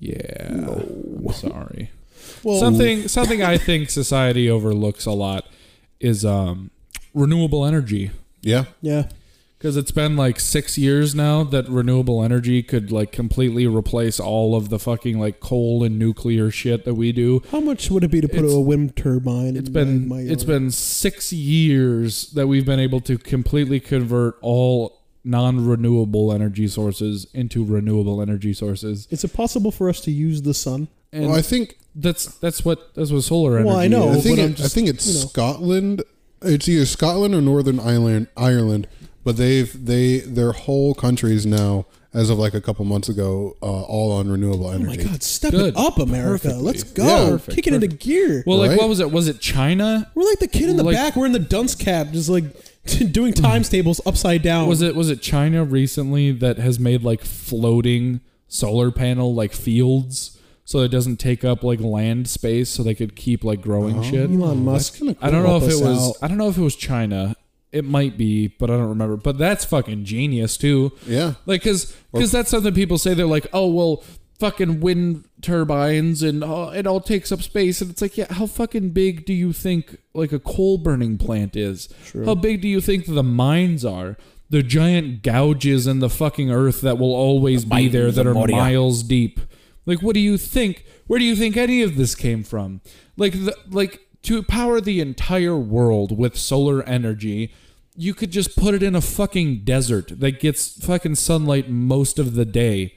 Speaker 3: Yeah, I'm sorry.
Speaker 4: Well,
Speaker 3: something something I think society overlooks a lot is um, renewable energy.
Speaker 1: Yeah.
Speaker 4: Yeah,
Speaker 3: Because it's been like six years now that renewable energy could like completely replace all of the fucking like coal and nuclear shit that we do.
Speaker 4: how much would it be to put
Speaker 3: It's-
Speaker 4: a wind turbine?
Speaker 3: It's
Speaker 4: in
Speaker 3: been
Speaker 4: my, my
Speaker 3: it's
Speaker 4: yard?
Speaker 3: been six years that we've been able to completely convert all non-renewable energy sources into renewable energy sources.
Speaker 4: Is it possible for us to use the sun?
Speaker 3: And
Speaker 1: well, I think
Speaker 3: that's that's what that's what solar energy.
Speaker 4: Well, I know.
Speaker 1: I
Speaker 3: is.
Speaker 4: Oh, but
Speaker 1: think,
Speaker 4: I'm
Speaker 1: it, I
Speaker 4: just,
Speaker 1: think it's
Speaker 4: you know.
Speaker 1: Scotland. It's either Scotland or Northern Ireland. Ireland, but they've they their whole countries now, as of like a couple months ago, uh, all on renewable
Speaker 4: Oh my
Speaker 1: energy.
Speaker 4: God, step
Speaker 3: Good.
Speaker 4: it up, America!
Speaker 3: Perfectly.
Speaker 4: Let's go,
Speaker 1: Yeah.
Speaker 3: Perfect,
Speaker 4: kicking into gear.
Speaker 3: Well, like
Speaker 1: Right?
Speaker 3: what was it? Was it China?
Speaker 4: we're like the kid in the
Speaker 3: like-
Speaker 4: back. We're in the dunce cap, just like [laughs] doing times tables upside down.
Speaker 3: Was it was it China recently that has made like floating solar panel like fields so it doesn't take up like land space so they could keep like growing shit?
Speaker 4: Oh. Elon Musk?
Speaker 1: kinda
Speaker 3: I don't know
Speaker 4: Help
Speaker 3: if it
Speaker 4: us
Speaker 3: was.
Speaker 4: out.
Speaker 3: I don't know if it was China. It might be, but I don't remember. But that's fucking genius too.
Speaker 1: Yeah.
Speaker 3: Like, cause, 'cause that's something people say. They're like, oh well, fucking wind turbines and uh, it all takes up space. And it's like, yeah, how fucking big do you think like a coal burning plant is? How big do you think the mines are? The giant gouges in the fucking earth that will always be there that are miles deep. Like, what do you think? Where do you think any of this came from? Like, the, like to power the entire world with solar energy, you could just put it in a fucking desert that gets fucking sunlight most of the day.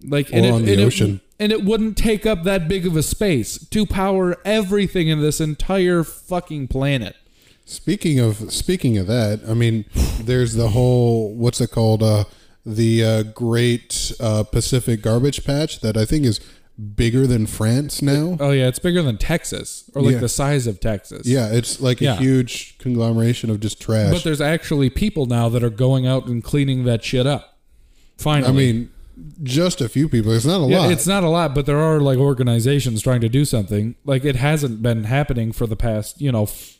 Speaker 3: Like, and
Speaker 1: Or
Speaker 3: it-
Speaker 1: on the
Speaker 3: and it-
Speaker 1: ocean.
Speaker 3: and it wouldn't take up that big of a space to power everything in this entire fucking planet.
Speaker 1: Speaking of speaking of that, I mean, there's the whole what's it called? Uh, the uh, Great uh, Pacific Garbage Patch that I think is bigger than France now.
Speaker 3: Oh yeah, it's bigger than Texas, or like
Speaker 1: Yeah.
Speaker 3: the size of Texas.
Speaker 1: yeah, it's like a
Speaker 3: Yeah.
Speaker 1: huge conglomeration of just trash.
Speaker 3: but there's actually people now that are going out and cleaning that shit up. Finally,
Speaker 1: I mean, just a few people. It's not a
Speaker 3: yeah,
Speaker 1: lot.
Speaker 3: it's not a lot, but there are like organizations trying to do something. Like it hasn't been happening for the past, you know, f-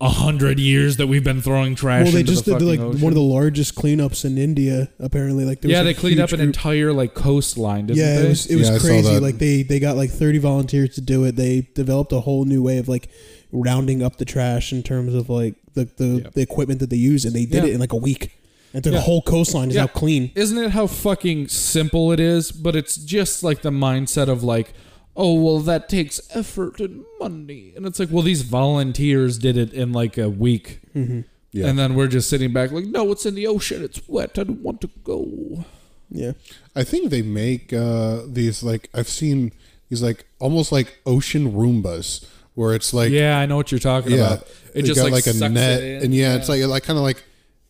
Speaker 3: a hundred years that we've been throwing trash.
Speaker 4: Well, they
Speaker 3: into
Speaker 4: just
Speaker 3: the
Speaker 4: did like
Speaker 3: fucking
Speaker 4: one
Speaker 3: ocean.
Speaker 4: of the largest cleanups in India. Apparently, like there was
Speaker 3: yeah,
Speaker 4: a
Speaker 3: they cleaned up
Speaker 4: huge
Speaker 3: an
Speaker 4: group-
Speaker 3: entire like coastline, didn't
Speaker 4: yeah,
Speaker 3: they?
Speaker 4: it was it was
Speaker 1: Yeah, I saw
Speaker 4: crazy.
Speaker 1: that.
Speaker 4: Like they they got like thirty volunteers to do it. They developed a whole new way of like rounding up the trash in terms of like the the,
Speaker 3: Yeah.
Speaker 4: the equipment that they use, and they did
Speaker 3: Yeah.
Speaker 4: it in like a week. And the
Speaker 3: Yeah.
Speaker 4: whole coastline is
Speaker 3: Yeah.
Speaker 4: now clean.
Speaker 3: Isn't it how fucking simple it is? But it's just like the mindset of like, oh well, that takes effort and money, and it's like, well, these volunteers did it in like a week,
Speaker 4: Mm-hmm.
Speaker 1: Yeah.
Speaker 3: and then we're just sitting back like, no, it's in the ocean, it's wet, I don't want to go.
Speaker 4: Yeah,
Speaker 1: I think they make uh, these like I've seen these like almost like ocean Roombas where it's like
Speaker 3: yeah, I know what you're talking
Speaker 1: yeah,
Speaker 3: about. It
Speaker 1: they
Speaker 3: just
Speaker 1: got,
Speaker 3: like, sucks
Speaker 1: a net
Speaker 3: it in.
Speaker 1: and yeah, it's like it like kind of like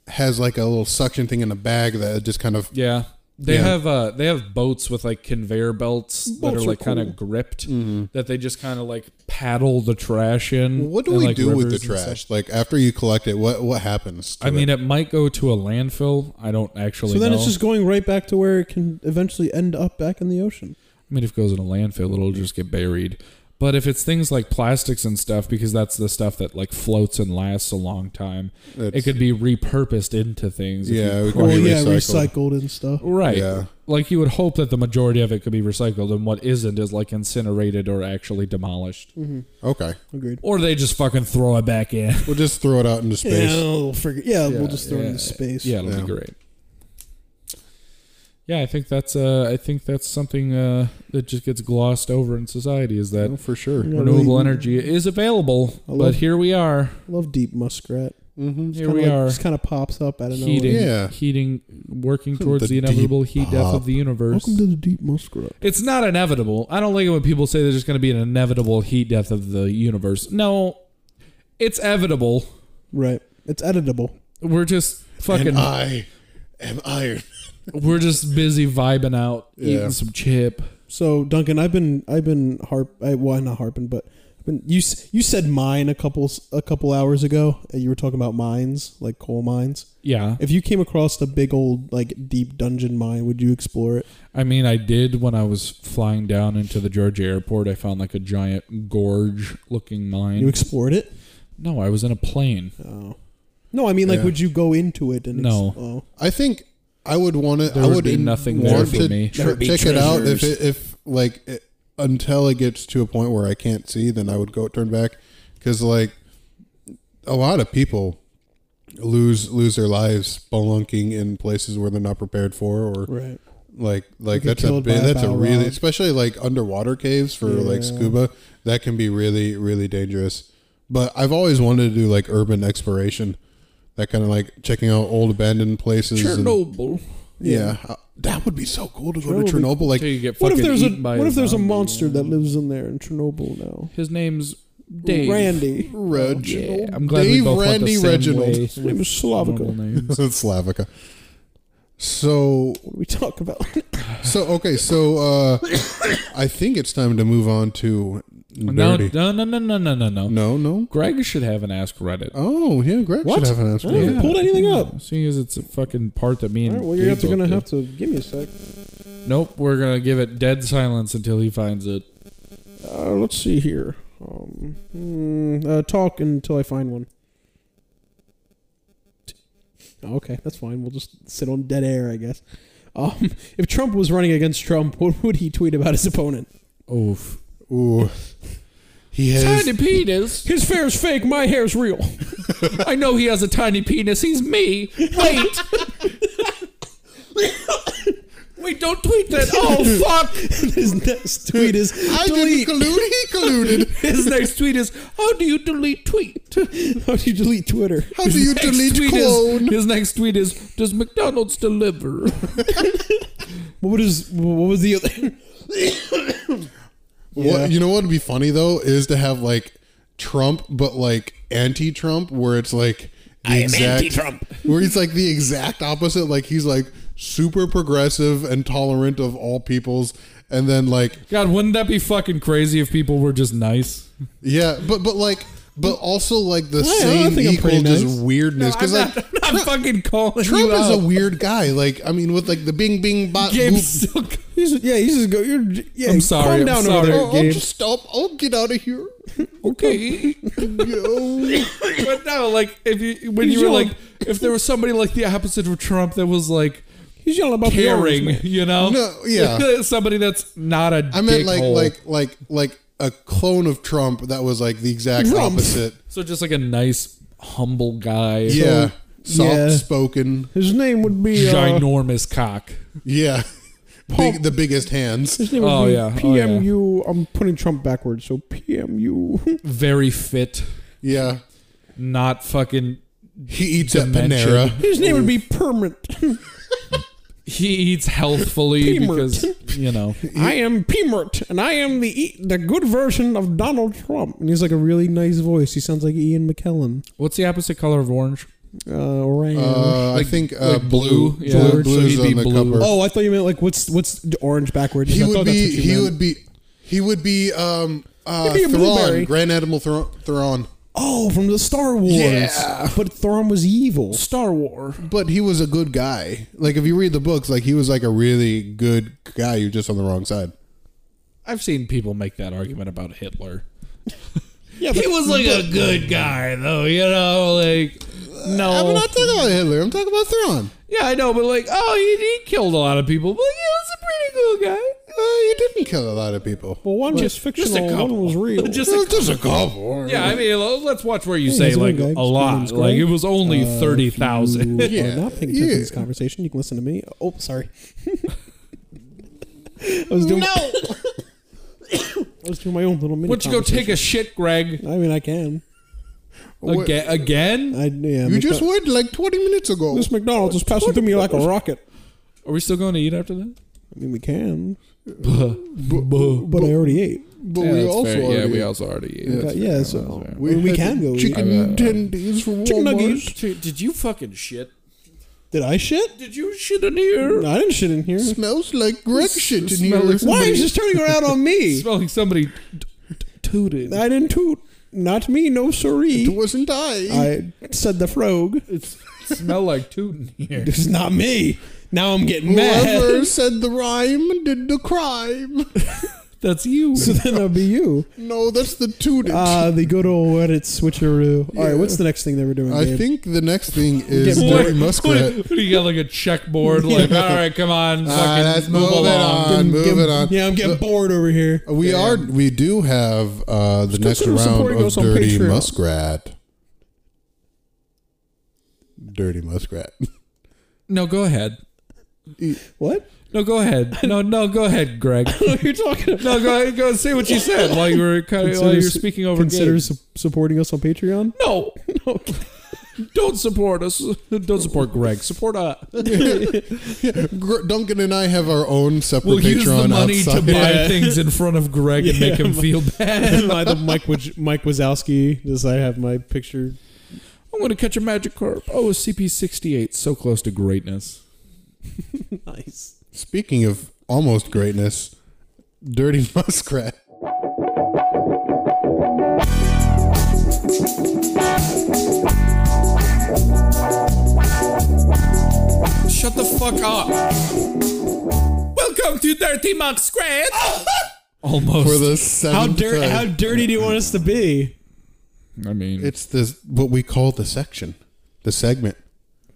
Speaker 1: has like a little suction thing in a bag that just kind of
Speaker 3: yeah. They
Speaker 1: Yeah.
Speaker 3: have uh they have boats with like conveyor belts that are
Speaker 4: Boats are
Speaker 3: like kind of gripped that they just kind of like paddle the trash in.
Speaker 1: Mm-hmm. What do
Speaker 3: in,
Speaker 1: we
Speaker 3: like,
Speaker 1: do with the
Speaker 3: rivers Mm-hmm. and stuff.
Speaker 1: trash? Like after you collect it, what what happens? to
Speaker 3: I mean,
Speaker 1: it?
Speaker 3: it might go to a landfill. I don't actually
Speaker 4: so then
Speaker 3: know.
Speaker 4: it's just going right back to where it can eventually end up back in the ocean.
Speaker 3: I mean, if it goes in a landfill, it'll just get buried. But if it's things like plastics and stuff, because that's the stuff that like floats and lasts a long time, it
Speaker 1: That's-
Speaker 3: could be repurposed into things. if
Speaker 1: Yeah,
Speaker 3: you
Speaker 1: it would
Speaker 4: Well,
Speaker 3: crush
Speaker 1: be
Speaker 3: it.
Speaker 4: yeah,
Speaker 1: recycled.
Speaker 4: recycled and stuff.
Speaker 3: right.
Speaker 1: Yeah.
Speaker 3: Like you would hope that the majority of it could be recycled, and what isn't is like incinerated or actually demolished,
Speaker 4: Mm-hmm.
Speaker 1: okay,
Speaker 4: Agreed.
Speaker 3: or they just fucking throw it back in.
Speaker 1: we'll just throw it out into
Speaker 4: Yeah,
Speaker 1: space.
Speaker 4: we'll figure, yeah, we'll
Speaker 3: Yeah,
Speaker 4: just throw it into space.
Speaker 3: Yeah, it'll
Speaker 1: Yeah.
Speaker 3: be great. Yeah, I think that's uh, I think that's something uh, that just gets glossed over in society is that
Speaker 1: Oh, for sure.
Speaker 4: Yeah.
Speaker 3: renewable
Speaker 4: really-
Speaker 3: energy is available,
Speaker 4: I love-
Speaker 3: but here we are
Speaker 4: Love deep muskrat.
Speaker 1: Mm-hmm.
Speaker 3: Here
Speaker 4: Kinda
Speaker 3: we
Speaker 4: like-
Speaker 3: are.
Speaker 4: Just kind of pops up out of
Speaker 3: heating,
Speaker 4: nowhere.
Speaker 1: Yeah.
Speaker 3: heating, working towards
Speaker 1: [laughs] The
Speaker 3: the, inevitable heat death
Speaker 1: pop.
Speaker 3: of the universe.
Speaker 4: Welcome to the deep muskrat.
Speaker 3: it's not inevitable. I don't like it when people say there's going to be an inevitable heat death of the universe. No, it's evitable.
Speaker 4: Right. It's editable.
Speaker 3: We're just fucking,
Speaker 1: And
Speaker 4: uh,
Speaker 1: I am iron.
Speaker 3: we're just busy vibing out,
Speaker 1: Yeah.
Speaker 3: eating some chip.
Speaker 4: So Duncan, I've been I've been harp I, well not harping but I've been you s- you said mine a couple s- a couple hours ago. and You were talking about mines like coal mines.
Speaker 3: Yeah.
Speaker 4: If you came across the big old like deep dungeon mine, would you explore it?
Speaker 3: I mean, I did when I was flying down into the Georgia airport. I found like a giant gorge looking
Speaker 4: You
Speaker 3: mine.
Speaker 4: explored it?
Speaker 3: No, I was in a plane.
Speaker 4: Oh. No, I mean like
Speaker 1: Yeah.
Speaker 4: would you go into it and ex-
Speaker 3: No.
Speaker 4: oh.
Speaker 1: I think I would want to.
Speaker 3: There
Speaker 1: I
Speaker 3: would
Speaker 1: would
Speaker 3: be
Speaker 1: in-
Speaker 3: nothing
Speaker 1: want
Speaker 3: there for
Speaker 1: to
Speaker 3: me.
Speaker 1: tr-
Speaker 2: There would be
Speaker 1: check it out if
Speaker 2: treasures.
Speaker 1: it, if like it, until it gets to a point where I can't see, then I would go turn back because like a lot of people lose lose their lives spelunking in places where they're not prepared for or
Speaker 4: right.
Speaker 1: like like
Speaker 4: get
Speaker 1: that's a
Speaker 4: killed
Speaker 1: big,
Speaker 4: by a
Speaker 1: that's a
Speaker 4: bow
Speaker 1: really
Speaker 4: rod.
Speaker 1: especially like underwater caves for like
Speaker 4: Yeah.
Speaker 1: scuba that can be really really dangerous but i've always wanted to do like urban exploration that kind of like checking out old abandoned places and-
Speaker 3: Chernobyl.
Speaker 1: yeah. Uh, that would be so cool to go to
Speaker 4: Chernobyl.
Speaker 1: chernobyl like
Speaker 3: Until you get
Speaker 4: What
Speaker 3: fucking
Speaker 4: if there's a
Speaker 3: eaten by
Speaker 4: what if there's a
Speaker 3: zombie.
Speaker 4: monster that lives in there in Chernobyl now?
Speaker 3: His name's Dave.
Speaker 4: Randy.
Speaker 1: [laughs] Reg-
Speaker 3: Oh,
Speaker 1: [laughs]
Speaker 3: Yeah, I'm glad we
Speaker 1: Dave
Speaker 3: both went
Speaker 1: Randy
Speaker 3: the same
Speaker 1: Reginald.
Speaker 3: way
Speaker 1: His
Speaker 4: name
Speaker 3: with
Speaker 4: is Slavica.
Speaker 3: normal names.
Speaker 1: slavica so
Speaker 4: What do we talk about? [laughs]
Speaker 1: so okay so uh i think it's time to move on to
Speaker 3: No,
Speaker 1: nerdy
Speaker 3: no, no, no, no, no, no, no. Uh,
Speaker 1: no no
Speaker 3: Greg should have an Ask Reddit.
Speaker 1: oh yeah greg
Speaker 4: What?
Speaker 1: should have an answer
Speaker 4: I haven't pulled anything up.
Speaker 3: Seeing as it's a fucking part that me
Speaker 4: All
Speaker 3: and
Speaker 4: right, well you're
Speaker 3: Dave
Speaker 4: gonna
Speaker 3: both
Speaker 4: have to give me a sec.
Speaker 3: did. Nope, we're gonna give it dead silence until he finds [laughs] it.
Speaker 4: Uh, let's see here. Um, mm, uh, talk until I find one. Oh, Okay, that's fine. We'll just sit on dead air, I guess. Um, [laughs] if Trump was running against Trump, [laughs] what would he tweet about his opponent?
Speaker 3: Oof.
Speaker 1: Ooh. He has
Speaker 3: Tiny penis.
Speaker 4: His hair's fake. My hair's real.
Speaker 3: I know he has a tiny penis. He's me. Wait. [laughs] Wait, don't tweet that. [laughs] Oh fuck.
Speaker 4: [laughs] his next tweet is
Speaker 1: I
Speaker 4: delete.
Speaker 1: didn't collude, he colluded.
Speaker 3: [laughs] His next tweet is how do you delete tweet?
Speaker 4: [laughs] How do you delete Twitter?
Speaker 1: How do you
Speaker 3: Next
Speaker 1: delete
Speaker 3: tweet is-
Speaker 1: clone?
Speaker 3: his next tweet is does McDonald's deliver?
Speaker 4: What is? What was the other? Yeah.
Speaker 1: What you know what would be funny though is to have like Trump but like anti Trump where it's like the
Speaker 2: I am anti-Trump.
Speaker 1: [laughs] where he's like the exact opposite like he's like super progressive and tolerant of all peoples and then like
Speaker 3: [laughs] God, wouldn't that be fucking crazy if people were just nice?
Speaker 1: yeah but but like but also like the
Speaker 4: I
Speaker 1: same
Speaker 4: think I'm pretty
Speaker 1: equals just
Speaker 4: nice.
Speaker 1: weirdness
Speaker 3: I'm
Speaker 1: because
Speaker 3: not, [laughs]
Speaker 1: like
Speaker 3: I'm not fucking calling
Speaker 1: Trump
Speaker 3: you
Speaker 1: is
Speaker 3: out.
Speaker 1: a
Speaker 3: [laughs]
Speaker 1: weird guy like I mean with like the bing bing bot
Speaker 3: Gabe
Speaker 1: boop,
Speaker 3: still-
Speaker 4: [laughs] He's, yeah, he's just go. You're, yeah,
Speaker 3: I'm sorry,
Speaker 4: Calm
Speaker 3: I'm
Speaker 4: down
Speaker 3: sorry.
Speaker 4: over there,
Speaker 1: Oh, I'll
Speaker 4: Gabe.
Speaker 1: just stop. I'll get out of here.
Speaker 3: okay.
Speaker 1: [laughs] Yo.
Speaker 3: but no, like if you when
Speaker 4: He's
Speaker 3: you were
Speaker 4: young.
Speaker 3: like if there was somebody like the opposite of Trump that was like
Speaker 4: He's yelling about the orange
Speaker 3: caring,
Speaker 4: man.
Speaker 3: you know?
Speaker 1: No, yeah.
Speaker 3: [laughs] somebody that's not a
Speaker 1: I meant like
Speaker 3: dickhole.
Speaker 1: like like like a clone of Trump that was like the exact
Speaker 4: Trump. [laughs]
Speaker 1: opposite.
Speaker 3: so just like a nice humble guy.
Speaker 1: Yeah.
Speaker 4: So- yeah.
Speaker 1: Soft spoken.
Speaker 4: His name would be. Uh,
Speaker 3: Ginormous cock.
Speaker 1: Yeah. [laughs] Big,
Speaker 4: Pump.
Speaker 1: the biggest hands.
Speaker 4: His name would
Speaker 3: Oh,
Speaker 4: be
Speaker 3: yeah. Oh,
Speaker 4: PMU. I'm putting Trump backwards, so PMU.
Speaker 3: Very fit.
Speaker 1: Yeah.
Speaker 3: Not fucking
Speaker 1: He eats at
Speaker 3: Dementia.
Speaker 4: [laughs]
Speaker 1: Panera.
Speaker 4: [laughs] His name would be Permit.
Speaker 3: he eats healthfully
Speaker 4: Peanut.
Speaker 3: because you know
Speaker 4: [laughs] I am Pemert, and I am the e- the good version of Donald Trump. And he's like a really nice voice. He sounds like Ian McKellen.
Speaker 3: what's the opposite color of orange?
Speaker 4: Uh, orange.
Speaker 1: Uh, I think uh,
Speaker 3: like
Speaker 1: blue.
Speaker 3: blue, yeah.
Speaker 1: Blue,
Speaker 3: So
Speaker 1: blue's
Speaker 3: he'd
Speaker 1: on
Speaker 3: be
Speaker 1: the
Speaker 3: blue.
Speaker 1: cover.
Speaker 4: oh, I thought you meant like what's what's d- orange backwards?
Speaker 1: he
Speaker 4: I thought
Speaker 1: would
Speaker 4: that's what
Speaker 1: be.
Speaker 4: you
Speaker 1: He
Speaker 4: meant.
Speaker 1: would be. He would be. Um. Uh,
Speaker 4: He'd be a
Speaker 1: Thrawn.
Speaker 4: blueberry.
Speaker 1: Grand Admiral Thrawn. Thrawn.
Speaker 4: Oh, from the Star Wars.
Speaker 1: Yeah.
Speaker 4: But Thrawn was evil.
Speaker 3: Star War.
Speaker 1: But he was a good guy. Like if you read the books, like he was like a really good guy. You're just on the wrong side.
Speaker 3: I've seen people make that argument about Hitler.
Speaker 4: Yeah,
Speaker 3: He was like a good guy though, you know, like
Speaker 4: Oh.
Speaker 3: no.
Speaker 1: I'm not talking about Hitler. I'm talking about Thrawn.
Speaker 3: yeah, I know, but like oh, he, he killed a lot of people, but he was a pretty cool guy.
Speaker 1: Uh, he didn't kill a lot of people.
Speaker 4: well, one was
Speaker 3: Just a
Speaker 4: fictional,
Speaker 3: couple.
Speaker 4: one was real.
Speaker 3: [laughs] Just
Speaker 1: Well,
Speaker 3: a
Speaker 1: just a couple.
Speaker 3: yeah, I mean, l- let's watch where you say
Speaker 4: he's a
Speaker 3: like
Speaker 4: good guy.
Speaker 3: a lot.
Speaker 4: His name's
Speaker 3: Like
Speaker 4: Greg.
Speaker 3: it was only
Speaker 1: Uh,
Speaker 3: thirty [laughs] thousand.
Speaker 4: you
Speaker 1: Yeah.
Speaker 4: are not paying attention
Speaker 1: Yeah.
Speaker 4: to this conversation, you can listen to me. Oh, sorry. [laughs] I was doing. No. [coughs] I was doing my own little mini.
Speaker 3: Why don't you go take a
Speaker 4: conversation.
Speaker 3: shit, Greg?
Speaker 4: I mean, I can.
Speaker 1: What-
Speaker 3: Again? Again?
Speaker 4: I yeah.
Speaker 1: You
Speaker 4: Mc-
Speaker 1: just went like 20 minutes ago.
Speaker 4: this McDonald's is passing through me
Speaker 3: [laughs]
Speaker 4: like a rocket.
Speaker 3: Are we still going to eat after that?
Speaker 4: I mean, we can,
Speaker 3: Buh.
Speaker 4: but I already ate.
Speaker 1: But
Speaker 3: Yeah,
Speaker 1: we
Speaker 3: that's
Speaker 1: also
Speaker 3: fair. yeah,
Speaker 1: already-
Speaker 3: we also already ate.
Speaker 1: Yeah,
Speaker 3: That's
Speaker 4: But
Speaker 3: fair.
Speaker 4: yeah,
Speaker 3: That's
Speaker 4: so
Speaker 3: fair.
Speaker 4: we, we
Speaker 1: had
Speaker 4: can go. eat.
Speaker 1: chicken tendies from
Speaker 4: Chicken
Speaker 1: Walmart.
Speaker 4: nuggets.
Speaker 3: Dude, did you fucking shit?
Speaker 4: Did I shit?
Speaker 3: Did you shit in here?
Speaker 4: No, I didn't shit in here.
Speaker 1: Smells like Greg shit in
Speaker 3: smell
Speaker 1: here.
Speaker 3: like-
Speaker 4: Why are you just turning around on me?
Speaker 3: Smelling somebody t- t- tooted.
Speaker 4: I didn't toot. Not me, no
Speaker 1: It
Speaker 4: siree.
Speaker 1: wasn't I.
Speaker 4: I said the frog.
Speaker 3: It's smell like tooting
Speaker 1: [laughs]
Speaker 3: here.
Speaker 4: [laughs] It's not me. Now I'm getting [laughs] mad.
Speaker 1: Whoever said the rhyme did the crime. [laughs]
Speaker 3: That's you.
Speaker 4: So then that'll be [laughs] you.
Speaker 1: No, that's the tooted.
Speaker 4: Ah, the good old Reddit switcheroo. All right, what's the next thing that we're doing?
Speaker 1: I
Speaker 4: babe?
Speaker 1: think the next thing is
Speaker 4: Get
Speaker 1: Dirty
Speaker 3: what, [laughs]
Speaker 1: Muskrat.
Speaker 3: what do you got like a checkboard?
Speaker 1: [laughs]
Speaker 3: Like, all right, come
Speaker 1: Ah,
Speaker 3: on, fucking
Speaker 1: let's
Speaker 3: move
Speaker 1: move it
Speaker 3: along.
Speaker 1: on,
Speaker 4: Getting-
Speaker 1: move
Speaker 4: getting-
Speaker 1: it on.
Speaker 4: Yeah, I'm getting
Speaker 1: The-
Speaker 4: bored over here.
Speaker 1: We are. We do have uh, the next
Speaker 4: consider
Speaker 1: round
Speaker 4: supporting
Speaker 1: of
Speaker 4: us on
Speaker 1: Dirty
Speaker 4: Patreon.
Speaker 1: Muskrat. Dirty Muskrat. [laughs]
Speaker 3: No, go ahead.
Speaker 4: What?
Speaker 3: No, go ahead. No, no, go ahead, Greg.
Speaker 4: [laughs] what you're talking about?
Speaker 3: No, go ahead. Go say what you said while you were kind of, while you were speaking over.
Speaker 4: Consider
Speaker 3: Gabe.
Speaker 4: su- supporting us on Patreon.
Speaker 3: No, no. Don't support us. Don't support Greg. Support uh,
Speaker 1: [laughs]
Speaker 3: us.
Speaker 1: Gr- Duncan and I have our own separate
Speaker 3: We'll use the
Speaker 1: Patreon
Speaker 3: money
Speaker 1: outside.
Speaker 3: to buy
Speaker 4: Yeah.
Speaker 3: things in front of Greg and
Speaker 4: Yeah.
Speaker 3: make him feel bad.
Speaker 4: and I, the Mike Waj- Mike Wazowski. Does I have my picture?
Speaker 3: I'm going to catch a magic carp. Oh, a CP68, so close to greatness.
Speaker 4: Nice.
Speaker 1: [laughs] Speaking of almost greatness, Dirty Muskrat. [laughs]
Speaker 3: Shut the fuck up. Welcome to Dirty Mark Scratch. Almost.
Speaker 1: For the seventh
Speaker 4: How dirty?
Speaker 1: time.
Speaker 4: How dirty do you want us to be?
Speaker 3: I mean,
Speaker 1: It's the what we call the section, the segment.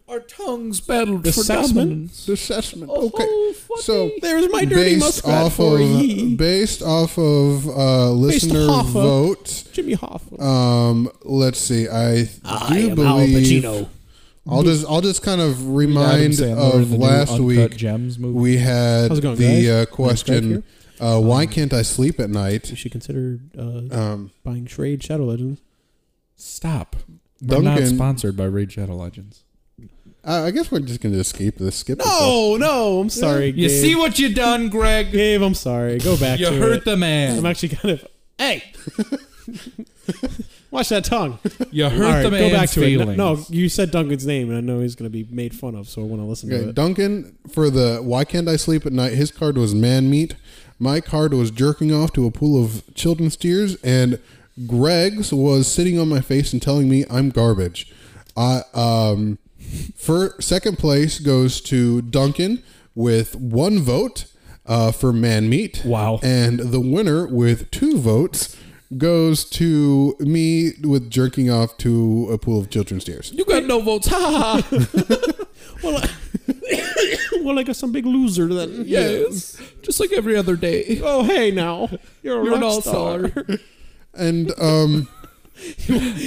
Speaker 3: our tongues battled
Speaker 4: The
Speaker 3: for
Speaker 4: Saxman?
Speaker 3: dominance.
Speaker 1: The segment.
Speaker 3: Oh,
Speaker 1: Okay.
Speaker 3: funny.
Speaker 1: So
Speaker 4: There's my dirty muskrat
Speaker 1: off
Speaker 4: for
Speaker 1: of
Speaker 4: ye.
Speaker 1: based off of uh, listener
Speaker 4: off of-
Speaker 1: vote.
Speaker 4: Jimmy Hoffa.
Speaker 1: Um, let's see. I
Speaker 3: Ah,
Speaker 2: I
Speaker 1: do
Speaker 2: am Al
Speaker 1: believe
Speaker 2: Pacino.
Speaker 1: I'll just I'll just kind of
Speaker 3: Adam
Speaker 1: remind
Speaker 3: Sandler in
Speaker 1: of
Speaker 3: the new
Speaker 1: last
Speaker 3: Uncut
Speaker 1: week.
Speaker 3: Gems movie.
Speaker 1: We had
Speaker 4: How's it going, guys?
Speaker 1: the uh,
Speaker 4: Nice
Speaker 1: question:
Speaker 4: crack
Speaker 1: uh, Why
Speaker 3: Um,
Speaker 1: can't I sleep at
Speaker 4: you
Speaker 1: night?
Speaker 4: should consider uh,
Speaker 1: Um,
Speaker 4: buying Shrade Shadow Legends.
Speaker 3: Stop. We're not
Speaker 1: Duncan,
Speaker 3: sponsored by Raid Shadow Legends.
Speaker 1: I, I guess we're just gonna escape this. Skip. this
Speaker 4: No, no, I'm sorry.
Speaker 3: You
Speaker 4: Gabe.
Speaker 3: see what you done, Greg?
Speaker 4: Gabe, I'm sorry. Go back.
Speaker 3: You
Speaker 4: to
Speaker 3: hurt
Speaker 4: it.
Speaker 3: the man.
Speaker 4: I'm actually kind of. Hey, [laughs] watch that tongue.
Speaker 3: You
Speaker 4: All
Speaker 3: hurt
Speaker 4: right,
Speaker 3: the
Speaker 4: go
Speaker 3: man's
Speaker 4: back to
Speaker 3: feelings.
Speaker 4: it. No, no, you said Duncan's name, and I know he's going to be made fun of, so I want to listen
Speaker 1: Okay,
Speaker 4: to it.
Speaker 1: Duncan for the why can't I sleep at night? His card was man meat. My card was jerking off to a pool of children's tears, and Greg's was sitting on my face and telling me I'm garbage. I um, for second place goes to Duncan with one vote uh, for man meat.
Speaker 3: Wow.
Speaker 1: And the winner with two votes goes to me with jerking off to a pool of children's tears.
Speaker 3: You got no votes. Ha ha ha.
Speaker 4: [laughs] Well, I, [coughs] well, I guess I'm a big loser then.
Speaker 3: Yes. Just like every other day.
Speaker 4: Oh, hey, now you're a
Speaker 3: You're
Speaker 4: rock
Speaker 3: an all
Speaker 4: star.
Speaker 3: star.
Speaker 1: And um.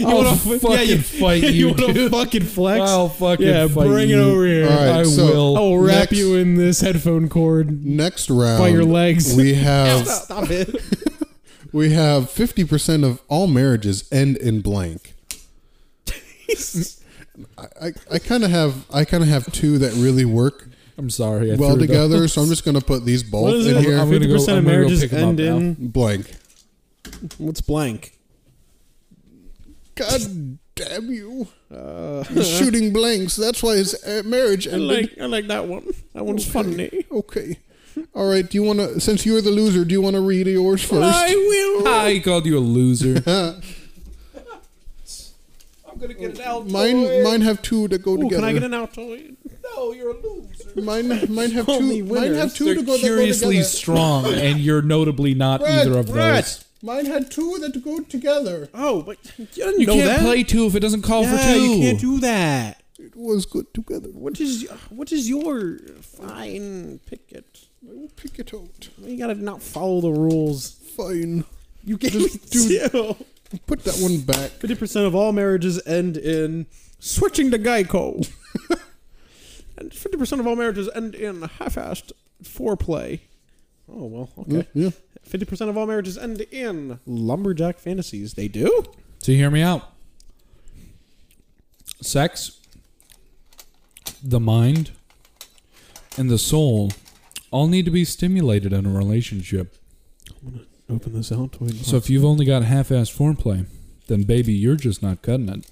Speaker 3: I'll
Speaker 4: wanna-
Speaker 3: fucking
Speaker 4: [laughs] yeah, you-
Speaker 3: fight
Speaker 4: you
Speaker 3: you,
Speaker 4: wanna
Speaker 3: dude.
Speaker 4: fucking flex?
Speaker 3: I'll fucking
Speaker 4: yeah,
Speaker 3: fight
Speaker 4: bring
Speaker 3: you.
Speaker 4: it over here.
Speaker 1: All right,
Speaker 3: I
Speaker 1: so-
Speaker 3: will.
Speaker 4: I will wrap
Speaker 1: Next.
Speaker 4: you in this headphone cord
Speaker 1: Next round.
Speaker 4: by your legs.
Speaker 1: We have
Speaker 4: Stop it.
Speaker 1: we have fifty percent of all marriages end in blank. I, I, I kind of have I kind of have two that really work
Speaker 3: I'm sorry. I
Speaker 1: well
Speaker 3: threw it up. [laughs]
Speaker 1: together, so I'm just gonna put these
Speaker 4: What
Speaker 1: both
Speaker 4: is
Speaker 1: in
Speaker 4: it?
Speaker 1: here.
Speaker 3: I'm gonna
Speaker 4: Fifty
Speaker 3: go- I'm
Speaker 4: percent of
Speaker 3: gonna go
Speaker 4: marriages
Speaker 3: pick 'em up
Speaker 4: end
Speaker 3: now.
Speaker 4: in
Speaker 1: blank.
Speaker 4: what's blank?
Speaker 1: God damn you! You're shooting blanks. That's why his uh, marriage
Speaker 4: Uh, I
Speaker 1: ended.
Speaker 4: like I like that one. That one's funny.
Speaker 1: okay. All right. Do you want to? Since you're the loser, do you want to read yours first?
Speaker 3: I will. I Ah, called you
Speaker 1: [laughs]
Speaker 3: a loser.
Speaker 1: mine mine have two that go
Speaker 4: Ooh,
Speaker 1: together.
Speaker 4: can I get an Altoid?
Speaker 1: [laughs] mine mine have
Speaker 4: Only
Speaker 1: two. Mine
Speaker 4: winners.
Speaker 1: have 2
Speaker 3: They're
Speaker 1: to go that go
Speaker 3: curiously
Speaker 1: together.
Speaker 3: strong, and you're notably not
Speaker 1: Brett,
Speaker 3: either of
Speaker 1: Brett,
Speaker 3: those.
Speaker 1: Mine had two that go together.
Speaker 4: Oh, but you didn't
Speaker 3: You
Speaker 4: know
Speaker 3: can't
Speaker 4: that.
Speaker 3: play two if it doesn't call
Speaker 4: yeah,
Speaker 3: for two.
Speaker 4: You can't do that.
Speaker 1: It was good together.
Speaker 4: What is what is your fine picket?
Speaker 1: I will pick it out.
Speaker 4: You gotta not follow the rules.
Speaker 1: Fine.
Speaker 4: You gave [laughs]
Speaker 1: Just do- Put that one back.
Speaker 4: Fifty percent of all marriages end in switching to Geico, [laughs] and fifty percent of all marriages end in half-assed foreplay. Oh well, okay.
Speaker 1: Yeah.
Speaker 4: Fifty percent of all marriages end in lumberjack fantasies. They do.
Speaker 3: So hear me out. Sex, the mind, and the soul all need to be stimulated in a relationship.
Speaker 4: Open this out.
Speaker 3: So if you've only got half-assed foreplay, then baby, you're just not cutting it.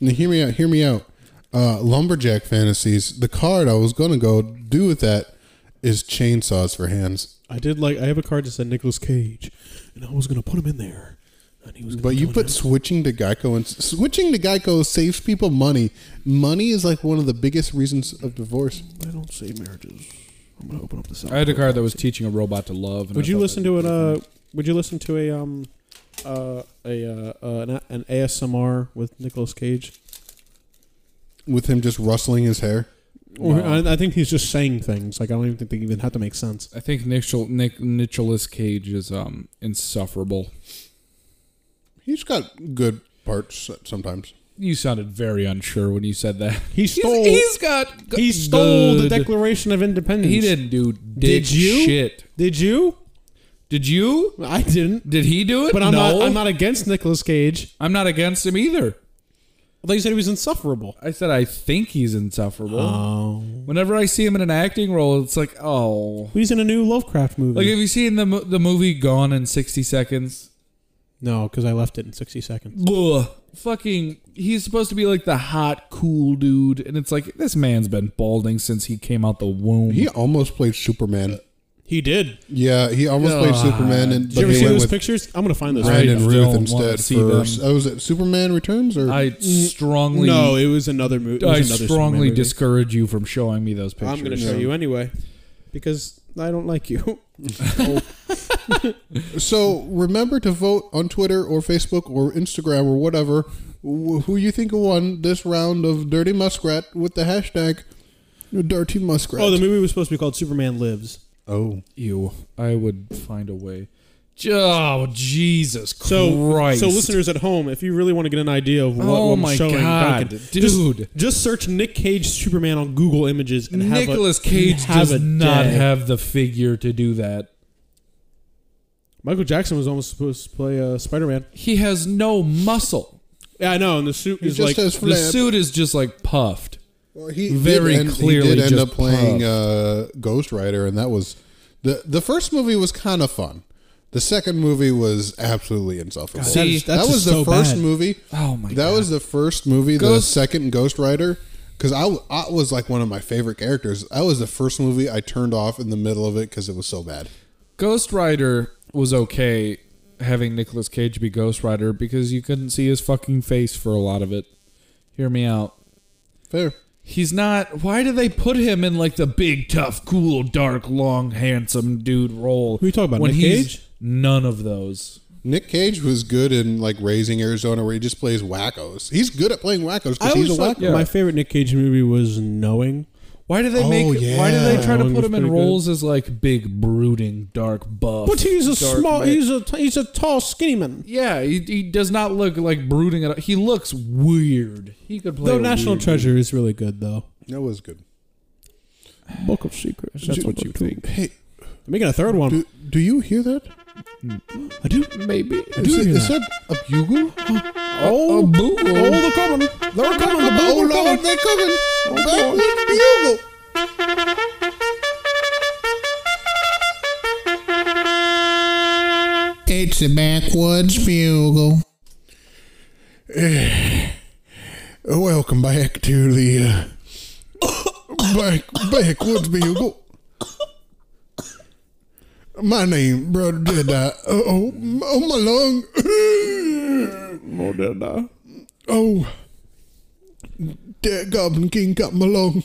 Speaker 1: Now hear me out. Hear me out. uh, lumberjack fantasies. The card I was gonna go do with that is chainsaws for hands,
Speaker 4: I did like. I have a card that said Nicolas Cage, and I was gonna put him in there, and he was. Gonna
Speaker 1: but you
Speaker 4: go in
Speaker 1: put
Speaker 4: there.
Speaker 1: switching to Geico and switching to Geico saves people money. Money is like one of the biggest reasons of divorce.
Speaker 4: I don't say marriages. I'm gonna open up the.
Speaker 3: I had a card that was teaching a robot to love. and
Speaker 4: Would
Speaker 3: I
Speaker 4: you
Speaker 3: thought
Speaker 4: listen
Speaker 3: that-
Speaker 4: to an? Uh, would you listen to a um, uh, a uh, uh, an, an ASMR with Nicolas Cage?
Speaker 1: With him just rustling his hair.
Speaker 4: Or,
Speaker 3: No.
Speaker 4: I, I think he's just saying things. Like I don't even think they even have to make sense.
Speaker 3: I think Nichol, Nick, Nicholas Cage is um insufferable.
Speaker 1: He's got good parts sometimes.
Speaker 3: You sounded very unsure when you said that.
Speaker 4: He stole.
Speaker 3: he's got.
Speaker 4: he stole the
Speaker 3: good-
Speaker 4: Declaration of Independence.
Speaker 3: He didn't do
Speaker 4: Did you?
Speaker 3: shit.
Speaker 4: Did you?
Speaker 3: Did you?
Speaker 4: I didn't.
Speaker 3: Did he do it?
Speaker 4: But I'm
Speaker 3: No.
Speaker 4: not. I'm not against Nicolas Cage.
Speaker 3: I'm not against him either.
Speaker 4: I thought you said he was insufferable.
Speaker 3: I said I think he's insufferable.
Speaker 4: Oh.
Speaker 3: Whenever I see him in an acting role, it's like, oh.
Speaker 4: He's in a new Lovecraft movie.
Speaker 3: Like, have you seen the mo- the movie Gone in 60 Seconds?
Speaker 4: no, because I left it in 60 seconds.
Speaker 3: Ugh. Fucking, he's supposed to be like the hot, cool dude, and it's like this man's been balding since he came out the womb.
Speaker 1: He almost played Superman.
Speaker 4: He did.
Speaker 1: Yeah, he almost played
Speaker 3: God.
Speaker 1: Superman, and
Speaker 4: Did you
Speaker 1: but
Speaker 4: ever
Speaker 1: he
Speaker 4: see
Speaker 1: went
Speaker 4: those
Speaker 1: with
Speaker 4: pictures? I'm gonna find those.
Speaker 3: Right.
Speaker 1: Brandon
Speaker 3: I
Speaker 1: Ruth
Speaker 3: don't wanna
Speaker 1: instead
Speaker 3: see
Speaker 1: for
Speaker 3: them.
Speaker 1: oh, was it Superman Returns or
Speaker 3: I strongly,
Speaker 4: No, it was another movie.
Speaker 3: I strongly discourage you from showing me those pictures.
Speaker 4: I'm gonna show you anyway because I don't like you.
Speaker 1: So remember to vote on Twitter or Facebook or Instagram or whatever wh- who you think won this round of Dirty Muskrat with the hashtag Dirty Muskrat.
Speaker 4: Oh, the movie was supposed to be called Superman Lives.
Speaker 1: oh.
Speaker 3: You, I would find a way. Oh Jesus
Speaker 4: So,
Speaker 3: Christ!
Speaker 4: so listeners at home, if you really want to get an idea of what
Speaker 3: Oh
Speaker 4: I'm
Speaker 3: my
Speaker 4: showing,
Speaker 3: God,
Speaker 4: Duncan,
Speaker 3: dude.
Speaker 4: just, just search Nick Cage Superman on Google Images and have a- [laughs]
Speaker 3: Nicholas Cage
Speaker 4: have a
Speaker 3: does not
Speaker 4: day.
Speaker 3: have the figure to do that.
Speaker 4: Michael Jackson was almost supposed to play uh, Spider Man.
Speaker 3: He has no muscle.
Speaker 4: Yeah, I know, and the suit
Speaker 1: He
Speaker 4: is
Speaker 1: just
Speaker 4: like
Speaker 1: has
Speaker 3: The
Speaker 1: flip.
Speaker 3: suit is just like puffed.
Speaker 1: Well, he
Speaker 3: very
Speaker 1: did end,
Speaker 3: clearly
Speaker 1: he did end
Speaker 3: just
Speaker 1: up playing uh, Ghost Rider, and that was the the first movie was kind of fun. The second movie was absolutely insufferable.
Speaker 3: God, that is-
Speaker 1: that
Speaker 4: that's
Speaker 1: was
Speaker 4: just
Speaker 1: the
Speaker 4: so
Speaker 1: first
Speaker 4: bad.
Speaker 1: movie.
Speaker 3: Oh my
Speaker 1: That was the first movie. the
Speaker 3: Ghost-
Speaker 1: second Ghost Rider, because I, w- I was like one of my favorite characters. That was the first movie I turned off in the middle of it because it was so bad.
Speaker 3: Ghost Rider was okay having Nicolas Cage be Ghost Rider because you couldn't see his fucking face for a lot of it. Hear me out.
Speaker 1: Fair.
Speaker 3: He's not. Why do they put him in like the big, tough, cool, dark, long, handsome dude role?
Speaker 4: Who you talking about, Nick
Speaker 3: he's
Speaker 4: Cage?
Speaker 3: none of those.
Speaker 1: Nick Cage was good in like Raising Arizona, where he just plays wackos. He's good at playing wackos
Speaker 4: I
Speaker 1: because he's a
Speaker 4: always
Speaker 1: wacko.
Speaker 4: thought my favorite Nick Cage movie was Knowing.
Speaker 3: Why do they
Speaker 1: Oh,
Speaker 3: make? Why do they
Speaker 1: yeah.
Speaker 3: try to
Speaker 4: That
Speaker 3: put
Speaker 4: Oh, was
Speaker 3: him in
Speaker 4: pretty
Speaker 3: roles as like big, brooding, dark buff?
Speaker 4: But he's a
Speaker 3: dark
Speaker 4: small,
Speaker 3: man?
Speaker 4: he's a t- he's a tall, skinny man.
Speaker 3: yeah, he, he does not look like brooding at all. He looks weird. He could play.
Speaker 4: Though
Speaker 3: a
Speaker 4: National
Speaker 3: weird-
Speaker 4: Treasure is really good, though.
Speaker 1: That was good.
Speaker 4: Book of Secrets. That's what you think.
Speaker 1: Hey,
Speaker 4: making a third one.
Speaker 1: do, do you hear that?
Speaker 4: I do.
Speaker 3: maybe.
Speaker 1: Is it, is that a bugle?
Speaker 4: Oh,
Speaker 3: A bugle.
Speaker 4: oh, they're coming. They're coming. The
Speaker 1: Oh
Speaker 4: bugle's
Speaker 1: Lord,
Speaker 4: coming.
Speaker 1: they're coming! Back with the bugle!
Speaker 8: It's a backwoods bugle.
Speaker 1: Oh, Welcome back to the uh, back backwoods bugle. My name, brother Jedi. Oh, oh my lung.
Speaker 4: Oh, did I?
Speaker 1: Oh, that Goblin King got my lung.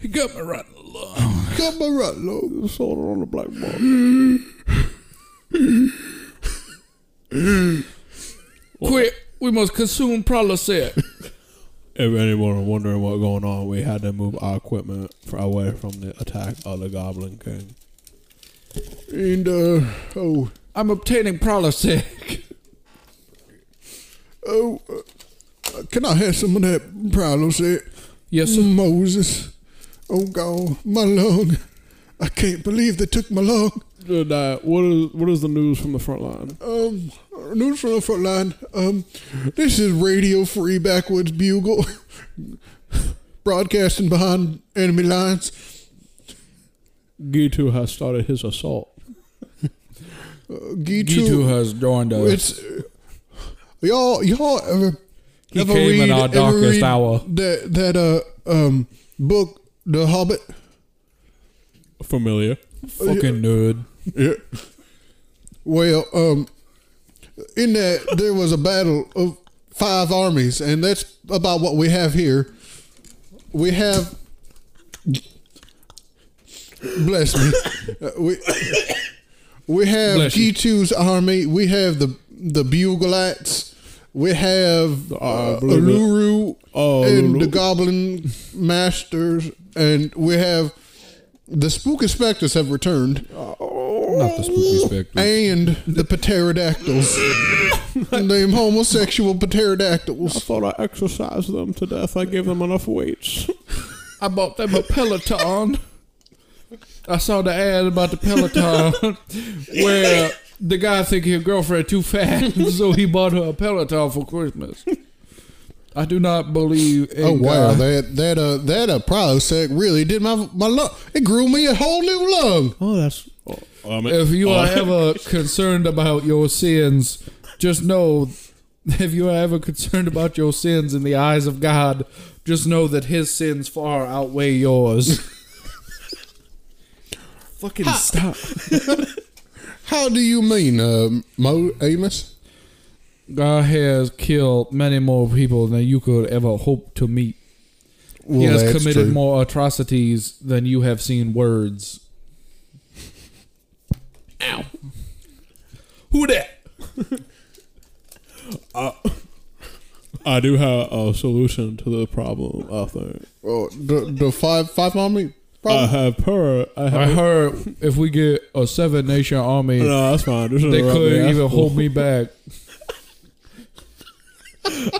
Speaker 3: He got me right along.
Speaker 1: Got my right lung.
Speaker 4: Sold it on the black market.
Speaker 3: Quick, we must consume Prilosec.
Speaker 4: If anyone wondering what's going on, we had to move our equipment for away from the attack of the Goblin King.
Speaker 1: And uh, oh,
Speaker 3: I'm obtaining Prilosec.
Speaker 1: oh, uh, can I have some of that Prilosec?
Speaker 3: Yes, sir.
Speaker 1: Moses. Oh God, my lung. I can't believe they took my lung.
Speaker 4: what is what is the news from the front line?
Speaker 1: Um, news from the front line. Um, this is Radio Free Backwoods Bugle, [laughs] broadcasting behind enemy lines.
Speaker 4: Gitu has started his assault.
Speaker 1: Uh, Gitu,
Speaker 3: has joined
Speaker 1: it's uh, y'all. Y'all ever
Speaker 3: He
Speaker 1: Ever
Speaker 3: came
Speaker 1: read-
Speaker 3: in our
Speaker 1: ever
Speaker 3: darkest
Speaker 1: read
Speaker 3: hour.
Speaker 1: That that uh um book, The Hobbit.
Speaker 3: Familiar. Fucking nerd.
Speaker 1: Yeah. Well, um, in that there was a battle of five armies, and that's about what we have here. We have, bless me, Uh, we we have
Speaker 3: Bless you.
Speaker 1: G 2s army. We have the the Bugalites. We have uh,
Speaker 3: blah, blah.
Speaker 1: Uluru
Speaker 3: Oh,
Speaker 1: and the
Speaker 3: Uluru.
Speaker 1: Goblin Masters, and we have the Spook Inspectors have returned
Speaker 3: Not the spooky spectre.
Speaker 1: and the pterodactyls. Them homosexual pterodactyls.
Speaker 4: Thought I exercised them to death. I gave them enough weights.
Speaker 3: I bought them a Peloton. I saw the ad about the [laughs] Peloton where the guy think his girlfriend too fat, [laughs] so he bought her a Peloton for Christmas. I do not believe. in
Speaker 1: Oh wow,
Speaker 3: God.
Speaker 1: that that uh that uh Prilosec really did my my lung. It grew me a whole new lung.
Speaker 4: Oh, that's
Speaker 3: If you are ever concerned about your sins, just know if you are ever concerned about your sins in the eyes of God, just know that his sins far outweigh yours. [laughs] Fucking stop.
Speaker 1: How do you mean, uh, Mo Amos?
Speaker 3: God has killed many more people than you could ever hope to meet.
Speaker 1: Well,
Speaker 3: he has
Speaker 1: that's
Speaker 3: committed
Speaker 1: true.
Speaker 3: more atrocities than you have seen words. Ow. Who that?
Speaker 4: [laughs] I do have a solution to the problem. I think
Speaker 1: Oh, the, the five five army.
Speaker 4: I
Speaker 1: Problem.
Speaker 4: have power. I
Speaker 3: I
Speaker 4: have.
Speaker 3: heard if we get a seven nation army,
Speaker 4: no, that's fine. This
Speaker 3: they
Speaker 4: interrupt me.
Speaker 3: couldn't
Speaker 4: That's
Speaker 3: even
Speaker 4: cool.
Speaker 3: hold me back.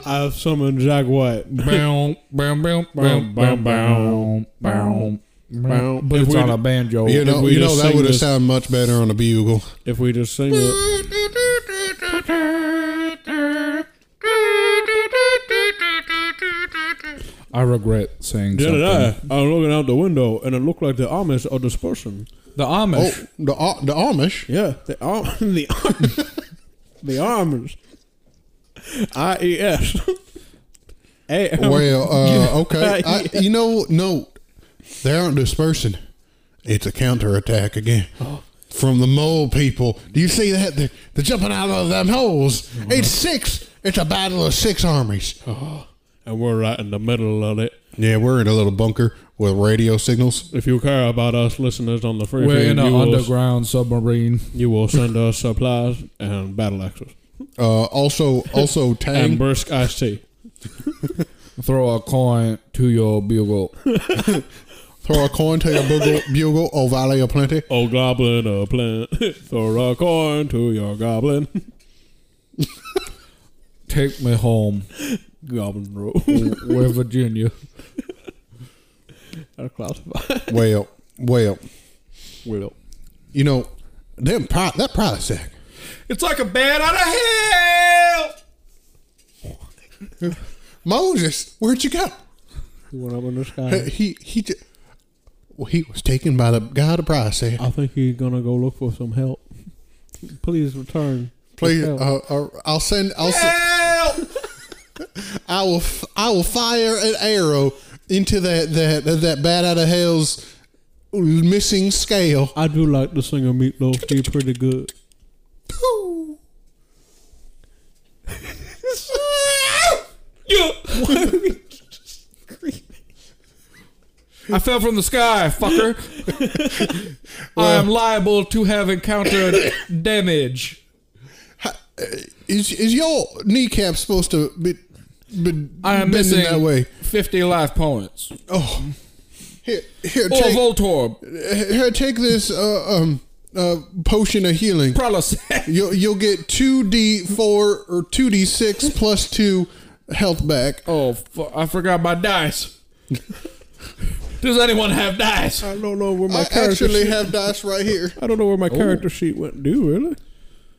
Speaker 4: I have summoned Jack White.
Speaker 3: Bow, bow, bow, bow, bow, bow, bow, bow. But
Speaker 4: If
Speaker 3: it's
Speaker 4: we
Speaker 3: on
Speaker 4: d-
Speaker 3: a banjo.
Speaker 1: you
Speaker 4: if
Speaker 1: know,
Speaker 4: we
Speaker 1: you know
Speaker 4: just
Speaker 1: that
Speaker 4: sing
Speaker 1: would have
Speaker 4: this-
Speaker 1: sounded much better on a bugle.
Speaker 4: If we just sing it,
Speaker 3: I regret saying
Speaker 4: did
Speaker 3: something.
Speaker 4: I? I'm looking out the window, and it looked like the Amish are dispersing.
Speaker 3: The
Speaker 1: Oh,
Speaker 3: Amish.
Speaker 1: the Ar- the Amish.
Speaker 4: Yeah, the arm, [laughs] the arm, [laughs] the arms. I E S. [laughs] A M.
Speaker 1: Well, uh, okay. I, you know, no, they aren't dispersing. It's a counterattack again from the mole people. Do you see that? They're, they're jumping out of them holes. It's six. It's a battle of six armies.
Speaker 4: and we're right in the middle of it.
Speaker 1: Yeah, we're in a little bunker with radio signals.
Speaker 4: If you care about us listeners on the free
Speaker 3: We're
Speaker 4: feed,
Speaker 3: in an
Speaker 4: you, will,
Speaker 3: underground submarine.
Speaker 4: you will send us supplies and battle axes
Speaker 1: Uh, also, also
Speaker 4: and
Speaker 1: Tang.
Speaker 4: brisk iced tea.
Speaker 3: Throw a coin to your bugle.
Speaker 1: throw a coin to your bugle, bugle or valley of plenty.
Speaker 4: Oh, goblin, a plant. [laughs] Throw a coin to your goblin. [laughs]
Speaker 3: Take me [laughs] home.
Speaker 4: Goblin [laughs] rule.
Speaker 3: We're Virginia.
Speaker 4: That's classified.
Speaker 1: Well, well,
Speaker 4: [laughs] Will.
Speaker 1: you know, them pri- that prize sack.
Speaker 3: It's like a bat out of hell.
Speaker 1: [laughs] Moses, where'd you go?
Speaker 4: You went up in the
Speaker 1: Uh,
Speaker 4: sky.
Speaker 1: he he ju- well, he was taken by the guy to price there.
Speaker 4: I think he's gonna go look for some help. [laughs] Please return.
Speaker 1: Please,
Speaker 4: help.
Speaker 1: uh, uh, I'll send. I'll send, [laughs] I will. f- I will fire an arrow into that that that bat out of hell's missing scale.
Speaker 4: I do like the singer Meatloaf. He's pretty good.
Speaker 3: I fell from the sky, [laughs] fucker. I am liable to have encountered [coughs] damage.
Speaker 1: Is is your kneecap supposed to be? be
Speaker 3: I
Speaker 1: bending
Speaker 3: am missing
Speaker 1: that way.
Speaker 3: 50 life points.
Speaker 1: Oh, here, here,
Speaker 3: Or
Speaker 1: take,
Speaker 3: Voltorb.
Speaker 1: here, take this uh, um uh, potion of healing.
Speaker 3: Prolosec.
Speaker 1: You'll you'll get two D four or two D six plus two health back.
Speaker 3: Oh, fu- I forgot my dice. Does anyone have dice?
Speaker 4: I don't know where my
Speaker 1: I
Speaker 4: character.
Speaker 1: actually
Speaker 4: sheet-
Speaker 1: have dice right here.
Speaker 4: I don't know where my character sheet went. Do you really?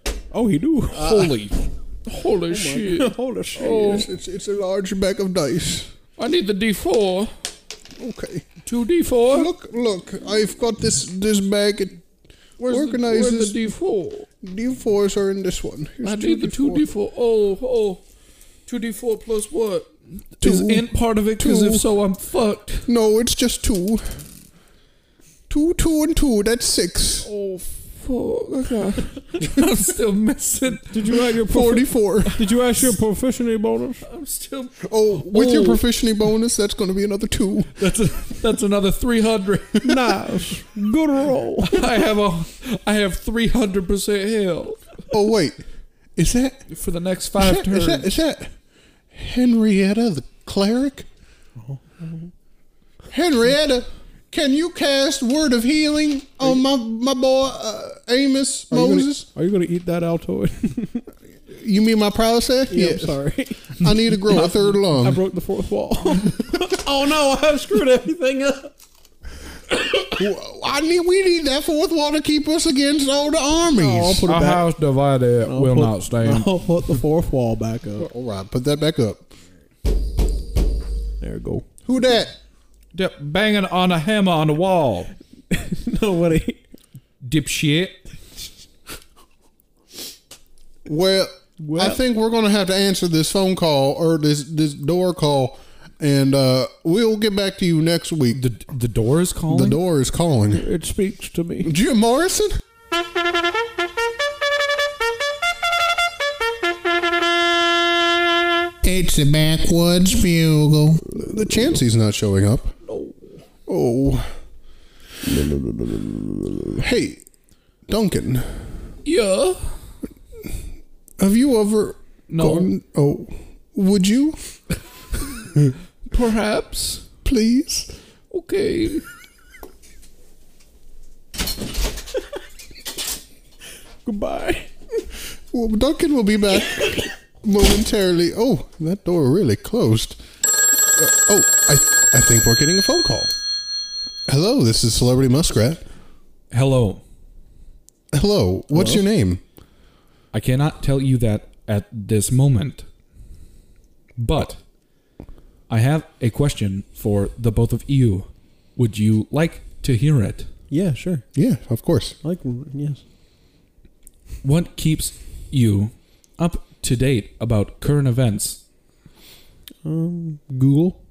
Speaker 4: [laughs] Oh, he
Speaker 1: Uh,
Speaker 4: do.
Speaker 3: Holy. Holy shit.
Speaker 4: Holy shit!
Speaker 3: Oh.
Speaker 1: It's, it's, it's a large bag of dice.
Speaker 3: I need the D4.
Speaker 1: Okay.
Speaker 3: 2D4.
Speaker 1: Look, look. I've got this this bag. It
Speaker 3: Where's The, where's
Speaker 1: organizes
Speaker 3: the D4?
Speaker 1: D fours are in this one. Here's
Speaker 3: I need the 2D4. Oh, oh. Two D four plus what? Is
Speaker 1: Two.
Speaker 3: int part of it? Because if
Speaker 1: Two.
Speaker 3: so, I'm fucked.
Speaker 1: No, it's just two. Two, two, and two. That's six.
Speaker 3: Oh fuck! [laughs] I'm still missing.
Speaker 9: Did you add your profi-
Speaker 1: Forty-four.
Speaker 9: Did you ask your proficiency bonus?
Speaker 3: I'm still.
Speaker 1: Oh, with your
Speaker 3: Oh.
Speaker 1: proficiency bonus, that's going to be another two.
Speaker 3: That's a, that's another three hundred.
Speaker 9: nice. Good roll.
Speaker 3: I have a I have three hundred percent health
Speaker 1: Oh wait, is that
Speaker 3: for the next
Speaker 1: is [laughs]
Speaker 3: five
Speaker 1: that,
Speaker 3: turns.
Speaker 1: is that is that Henrietta the cleric? Henrietta, can you cast Word of Healing on my my boy uh, Amos
Speaker 9: Are you gonna-
Speaker 1: Moses?
Speaker 9: Are you going to eat that
Speaker 4: [laughs]
Speaker 9: Altoid?
Speaker 1: You, mean my Palisade?
Speaker 9: yeah, I'm sorry.
Speaker 1: I need to grow a third
Speaker 9: I
Speaker 1: lung.
Speaker 9: broke the fourth
Speaker 1: [laughs]
Speaker 9: wall. oh no, I've screwed everything up.
Speaker 1: Wh- I need we need that fourth wall to keep us against all the armies.
Speaker 4: I'll put it
Speaker 3: A
Speaker 4: back.
Speaker 3: house divided
Speaker 4: I'll
Speaker 3: will
Speaker 4: put-
Speaker 3: not stand.
Speaker 4: [laughs] I'll put the fourth wall back up.
Speaker 1: all right, put that back up.
Speaker 4: There
Speaker 1: [laughs]
Speaker 4: we go.
Speaker 1: Who that?
Speaker 3: Dip- Banging on a hammer on the wall,
Speaker 4: Nobody.
Speaker 3: dipshit.
Speaker 1: Well, I think we're gonna have to answer this phone call or this this door call, and uh, we'll get back to you next week. The,
Speaker 3: The door is calling.
Speaker 1: door is calling.
Speaker 9: It speaks to me.
Speaker 1: Jim Morrison. It's the backwoods bugle. The Chancy's not showing up. Oh. Hey, Duncan,
Speaker 3: Yeah.
Speaker 1: have you ever
Speaker 3: No.
Speaker 1: gone? Oh, would you? [laughs]
Speaker 3: Perhaps.
Speaker 1: please.
Speaker 3: Okay.
Speaker 9: Goodbye.
Speaker 1: Well, Duncan will be back momentarily. Oh, that door really closed. Uh, oh, I, I think we're getting a phone call. Hello, this is Celebrity Muskrat.
Speaker 3: Hello.
Speaker 1: Hello, what's your name?
Speaker 3: I cannot tell you that at this moment. But I have a question for the both of you. Would you like to hear it?
Speaker 4: Yeah, sure.
Speaker 1: Yeah, of course.
Speaker 4: I like yes.
Speaker 3: What keeps you up to date about current events?
Speaker 4: Um, Google,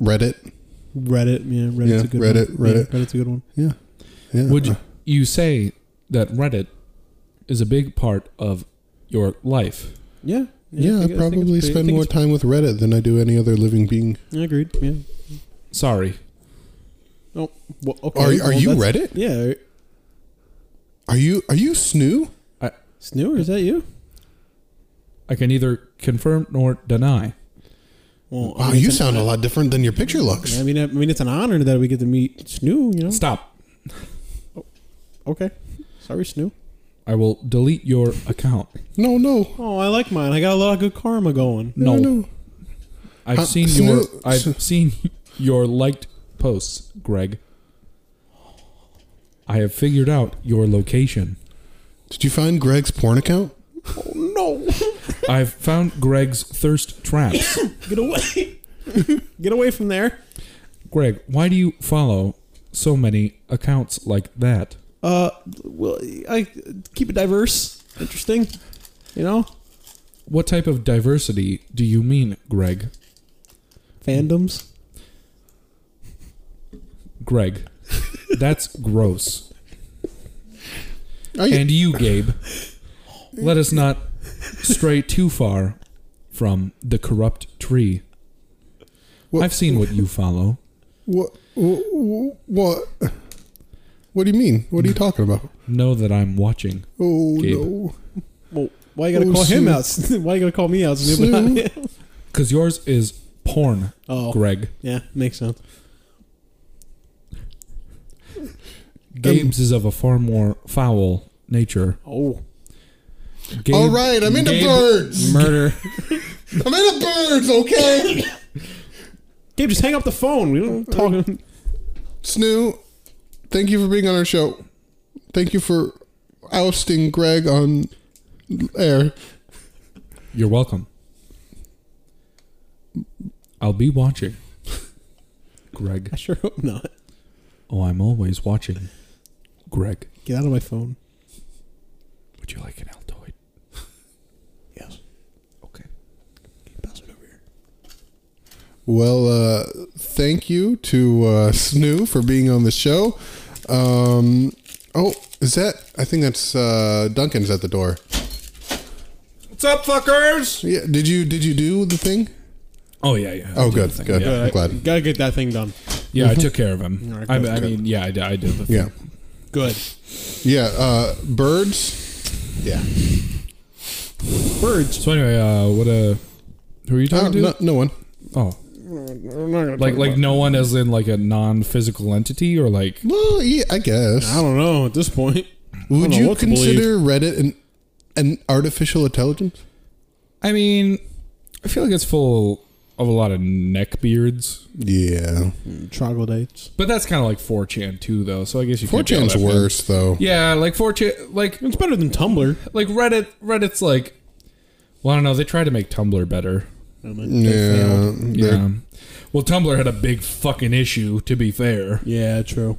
Speaker 1: Reddit.
Speaker 4: Reddit. Yeah, Reddit's
Speaker 1: Yeah,
Speaker 4: a good
Speaker 1: Reddit,
Speaker 4: one. Yeah,
Speaker 1: Reddit.
Speaker 4: Reddit's a good one.
Speaker 1: Yeah. yeah.
Speaker 3: Would you say that Reddit is a big part of your life?
Speaker 4: Yeah.
Speaker 1: yeah, I
Speaker 4: think- think
Speaker 1: probably
Speaker 4: it's pretty- I
Speaker 1: spend
Speaker 4: think
Speaker 1: more
Speaker 4: it's-
Speaker 1: time with Reddit than I do any other living being.
Speaker 4: I agreed. Yeah.
Speaker 3: Sorry.
Speaker 4: Oh, well, okay.
Speaker 1: Are,
Speaker 4: well,
Speaker 1: are you Reddit?
Speaker 4: that's- Yeah.
Speaker 1: Are you are you Snoo?
Speaker 4: Snoo, is that you?
Speaker 3: I can neither confirm nor deny.
Speaker 4: Well, I
Speaker 1: Wow,
Speaker 4: mean,
Speaker 1: you
Speaker 4: it's an-
Speaker 1: sound a lot different than your picture looks.
Speaker 4: I mean, I, I mean, it's an honor that we get to meet Snoo. You know.
Speaker 3: Stop.
Speaker 4: Okay. Sorry, Snoo.
Speaker 3: I will delete your account.
Speaker 1: No, no.
Speaker 4: Oh, I like mine. I got a lot of good karma going.
Speaker 3: No. Uh,
Speaker 1: no.
Speaker 3: I've
Speaker 1: Huh,
Speaker 3: seen your
Speaker 1: Snoo-
Speaker 3: I've seen your liked posts, Greg. I have figured out your location.
Speaker 1: Did you find Greg's porn account? Oh,
Speaker 3: I've found Greg's thirst traps.
Speaker 4: [laughs] Get away. get away [laughs] from there.
Speaker 3: Greg, why do you follow so many accounts like that?
Speaker 4: Uh, well, I keep it diverse, interesting. You know,
Speaker 3: What type of diversity do you mean, Greg?
Speaker 4: fandoms.
Speaker 1: [laughs]
Speaker 3: Greg, that's gross.
Speaker 1: Are you,
Speaker 3: And you, Gabe, let us not stray too far from the corrupt tree.
Speaker 1: Wha-
Speaker 3: I've seen what you follow.
Speaker 1: What? What? What do you mean? What are you talking about?
Speaker 3: Know that I'm watching.
Speaker 1: Oh
Speaker 3: Gabe.
Speaker 1: no!
Speaker 4: Well, why you gotta
Speaker 1: Oh,
Speaker 4: call him
Speaker 1: Snoo.
Speaker 4: out? [laughs] why you gotta call me out? Snoo, but not him?
Speaker 3: Because yours is porn,
Speaker 4: Oh,
Speaker 3: Greg.
Speaker 4: [laughs]
Speaker 1: Um,
Speaker 4: yeah, makes sense.
Speaker 3: Gabe's is of a far more foul nature.
Speaker 4: Oh,
Speaker 3: Gabe,
Speaker 1: All right, I'm into
Speaker 3: Gabe-
Speaker 1: birds.
Speaker 3: Murder.
Speaker 1: I'm into birds. [laughs] Okay.
Speaker 4: Gabe, just hang up the phone.
Speaker 1: [laughs]
Speaker 4: We don't talk. [laughs]
Speaker 1: Snoo, thank you for being on our show. Thank you for ousting Greg on air.
Speaker 3: You're welcome. I'll be watching. Greg.
Speaker 4: I sure hope not.
Speaker 3: Oh, I'm always watching. Greg,
Speaker 4: Get out of my phone.
Speaker 3: would you like an Altoid?
Speaker 4: Yes.
Speaker 3: Okay.
Speaker 4: Keep us
Speaker 1: Well, uh, thank you to uh, Snoo for being on the show. Um, oh, is that? I think that's uh, Duncan's at the door.
Speaker 3: What's up, fuckers?
Speaker 1: Yeah. Did you Did you do the thing?
Speaker 3: Oh yeah, yeah.
Speaker 1: Oh, good, good.
Speaker 3: Yeah,
Speaker 1: I'm glad.
Speaker 4: Gotta get that thing done.
Speaker 3: Yeah, I took care of him.
Speaker 4: All right,
Speaker 3: I,
Speaker 4: good,
Speaker 3: I mean, yeah, I, did- I did. The
Speaker 1: Yeah.
Speaker 4: Good.
Speaker 1: Yeah. Uh, birds. Yeah.
Speaker 4: Birds.
Speaker 3: So anyway, uh, what uh, who are you
Speaker 1: Uh,
Speaker 3: talking
Speaker 1: no,
Speaker 3: to?
Speaker 1: no one.
Speaker 3: Oh, like like no one as in like a non-physical entity or like
Speaker 1: Well, yeah, I guess.
Speaker 4: I don't know at this point.
Speaker 1: Would
Speaker 4: know
Speaker 1: you
Speaker 4: what to believe.
Speaker 1: consider Reddit an an artificial intelligence?
Speaker 3: I mean, I feel like it's full of a lot of neckbeards,
Speaker 1: Yeah.
Speaker 4: Troglodytes.
Speaker 3: but that's kind of like 4chan too, though. So I guess you can't be all
Speaker 1: 4chan's
Speaker 3: that bad.
Speaker 1: worse though.
Speaker 3: Yeah, like 4chan, like
Speaker 4: It's better than Tumblr.
Speaker 3: like Reddit. Reddit's like, well, I don't know. They try to make Tumblr better.
Speaker 1: Yeah. they're-
Speaker 3: Yeah. Well, Tumblr had a big fucking issue, to be fair,
Speaker 4: Yeah, true.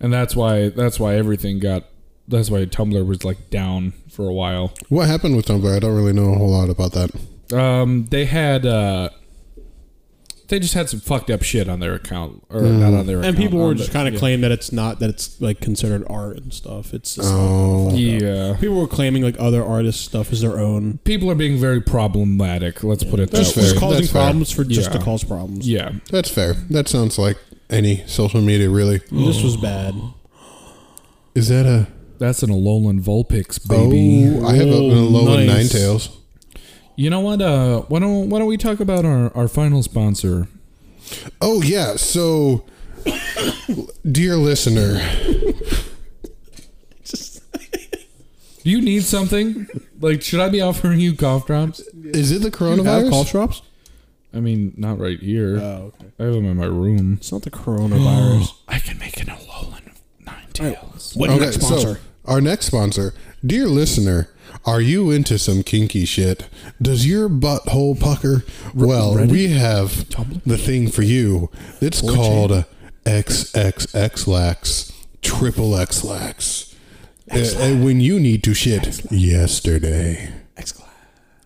Speaker 3: and that's why that's why everything got that's why Tumblr was like down for a while.
Speaker 1: What happened with Tumblr? I don't really know a whole lot about that.
Speaker 3: Um, they had uh, they just had some fucked up shit on their account, or not on their account.
Speaker 4: And people were
Speaker 3: on
Speaker 4: just
Speaker 3: the-
Speaker 4: kind of
Speaker 3: Um, yeah.
Speaker 4: claim that it's not that it's like considered art and stuff. It's just
Speaker 1: Oh.
Speaker 3: Yeah,
Speaker 4: people were claiming like other artists' stuff is their own.
Speaker 3: people are being very problematic. Let's put it that
Speaker 1: That's
Speaker 3: way.
Speaker 1: fair.
Speaker 4: Just causing
Speaker 1: That's fair.
Speaker 4: problems for just
Speaker 3: Yeah.
Speaker 4: to cause problems.
Speaker 3: Yeah,
Speaker 1: That's fair. That sounds like any social media, really.
Speaker 4: This was
Speaker 1: [gasps]
Speaker 4: bad.
Speaker 1: Is that a
Speaker 3: that's an Alolan Vulpix baby.
Speaker 1: baby? Oh, I have a,
Speaker 4: Oh,
Speaker 1: a low
Speaker 4: nice.
Speaker 1: nine tails.
Speaker 3: You know what? Uh, why don't why don't we talk about our our final sponsor?
Speaker 1: Oh yeah. So, [coughs] dear listener,
Speaker 3: Do you need something? like, should I be offering you cough drops?
Speaker 1: is it the
Speaker 4: Have cough
Speaker 1: coronavirus?
Speaker 4: drops?
Speaker 3: I mean, not right here.
Speaker 4: Oh, okay.
Speaker 3: I have them in my room.
Speaker 4: It's not
Speaker 1: [gasps]
Speaker 4: the coronavirus.
Speaker 2: I can make an Alolan nine tails.
Speaker 4: what
Speaker 1: Okay, so our next sponsor, dear listener, are you into some kinky shit? Does your butthole pucker? Well, we have the thing for you. It's called XXXlax, Triple X Lax. Uh, uh, when you need to shit yesterday.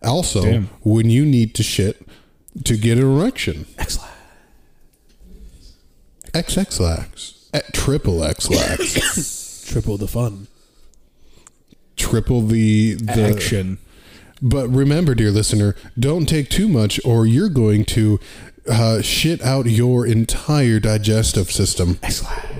Speaker 1: Also,
Speaker 3: Damn.
Speaker 1: when you need to shit to get an erection. XXLax. At triple XLax.
Speaker 4: Triple the fun.
Speaker 1: triple the, the
Speaker 3: Action.
Speaker 1: But remember, dear listener, don't take too much or you're going to uh, shit out your entire digestive system.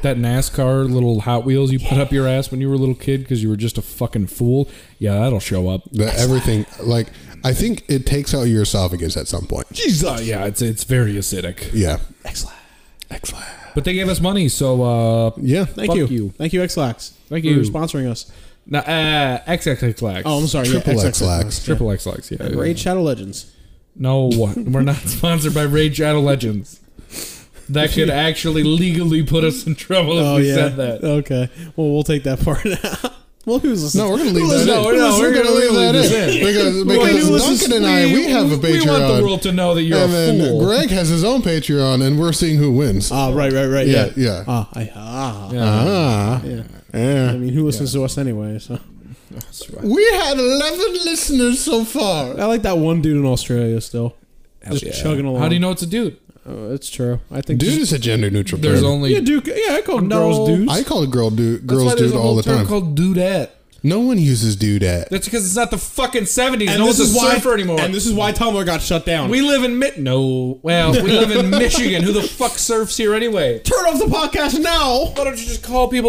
Speaker 3: That NASCAR little Hot Wheels you put up your ass when you were a little kid because you were just a fucking fool. Yeah, that'll show up.
Speaker 1: The, everything. Like, I think it takes out your esophagus at some point.
Speaker 3: Jesus. uh, Yeah, it's it's very acidic.
Speaker 1: Yeah.
Speaker 3: But they gave us money, so uh,
Speaker 1: Yeah.
Speaker 4: Thank
Speaker 3: Fuck
Speaker 4: you.
Speaker 3: you.
Speaker 4: Thank you, XLax.
Speaker 3: Thank
Speaker 4: for
Speaker 3: you.
Speaker 4: sponsoring us.
Speaker 3: no, uh, XXX.
Speaker 4: Oh, I'm sorry.
Speaker 1: Triple
Speaker 4: yeah,
Speaker 1: XLax.
Speaker 3: Triple X Lax, yeah.
Speaker 4: Yeah. Raid Shadow Legends.
Speaker 3: No, we're not [laughs] sponsored by Raid Shadow Legends. That could actually legally put us in trouble if
Speaker 4: Oh,
Speaker 3: we said that.
Speaker 4: Okay. Well, we'll take that [laughs] part out. well, who's listening?
Speaker 1: No, we're going to leave
Speaker 4: Who
Speaker 1: that
Speaker 3: No,
Speaker 1: in.
Speaker 3: we're- no, we're
Speaker 1: gonna
Speaker 3: gonna leave this in.
Speaker 1: Because,
Speaker 3: Wait,
Speaker 1: because
Speaker 3: who
Speaker 1: Duncan and I, we have a Patreon.
Speaker 3: We want the world to know that you're
Speaker 1: and
Speaker 3: a
Speaker 1: then
Speaker 3: fool. Uh-huh.
Speaker 1: Greg has his own Patreon, and we're seeing who wins.
Speaker 4: Ah, right, right, right.
Speaker 1: yeah,
Speaker 4: Yeah.
Speaker 1: yeah.
Speaker 4: Ah, I, ah.
Speaker 3: Yeah.
Speaker 1: Ah.
Speaker 4: Yeah.
Speaker 1: Yeah.
Speaker 4: I mean, who listens to us anyway? So
Speaker 1: We had 11 listeners so far.
Speaker 4: I like that one dude in Australia still. Just
Speaker 3: Yeah.
Speaker 4: chugging along.
Speaker 3: How do you know it's a dude?
Speaker 4: Uh, it's true. I think
Speaker 1: Dude
Speaker 4: just-
Speaker 1: is a gender neutral
Speaker 3: There's
Speaker 1: term.
Speaker 3: only
Speaker 4: yeah, dude. Yeah, I call
Speaker 3: No.
Speaker 4: girls dudes.
Speaker 1: I call a girl dude,
Speaker 3: That's why
Speaker 1: girls dude
Speaker 3: there's a
Speaker 1: all
Speaker 3: whole
Speaker 1: the
Speaker 3: term
Speaker 1: time.
Speaker 3: called dudette.
Speaker 1: no one uses dudette.
Speaker 3: That's because it's not the fucking 70s. no one's a surfer anymore.
Speaker 4: And this is why Tumblr got shut down.
Speaker 3: [laughs] we live in Mid. No, well, we live in Michigan. Who the fuck surfs here anyway?
Speaker 4: turn off the podcast now.
Speaker 3: Why don't you just call people?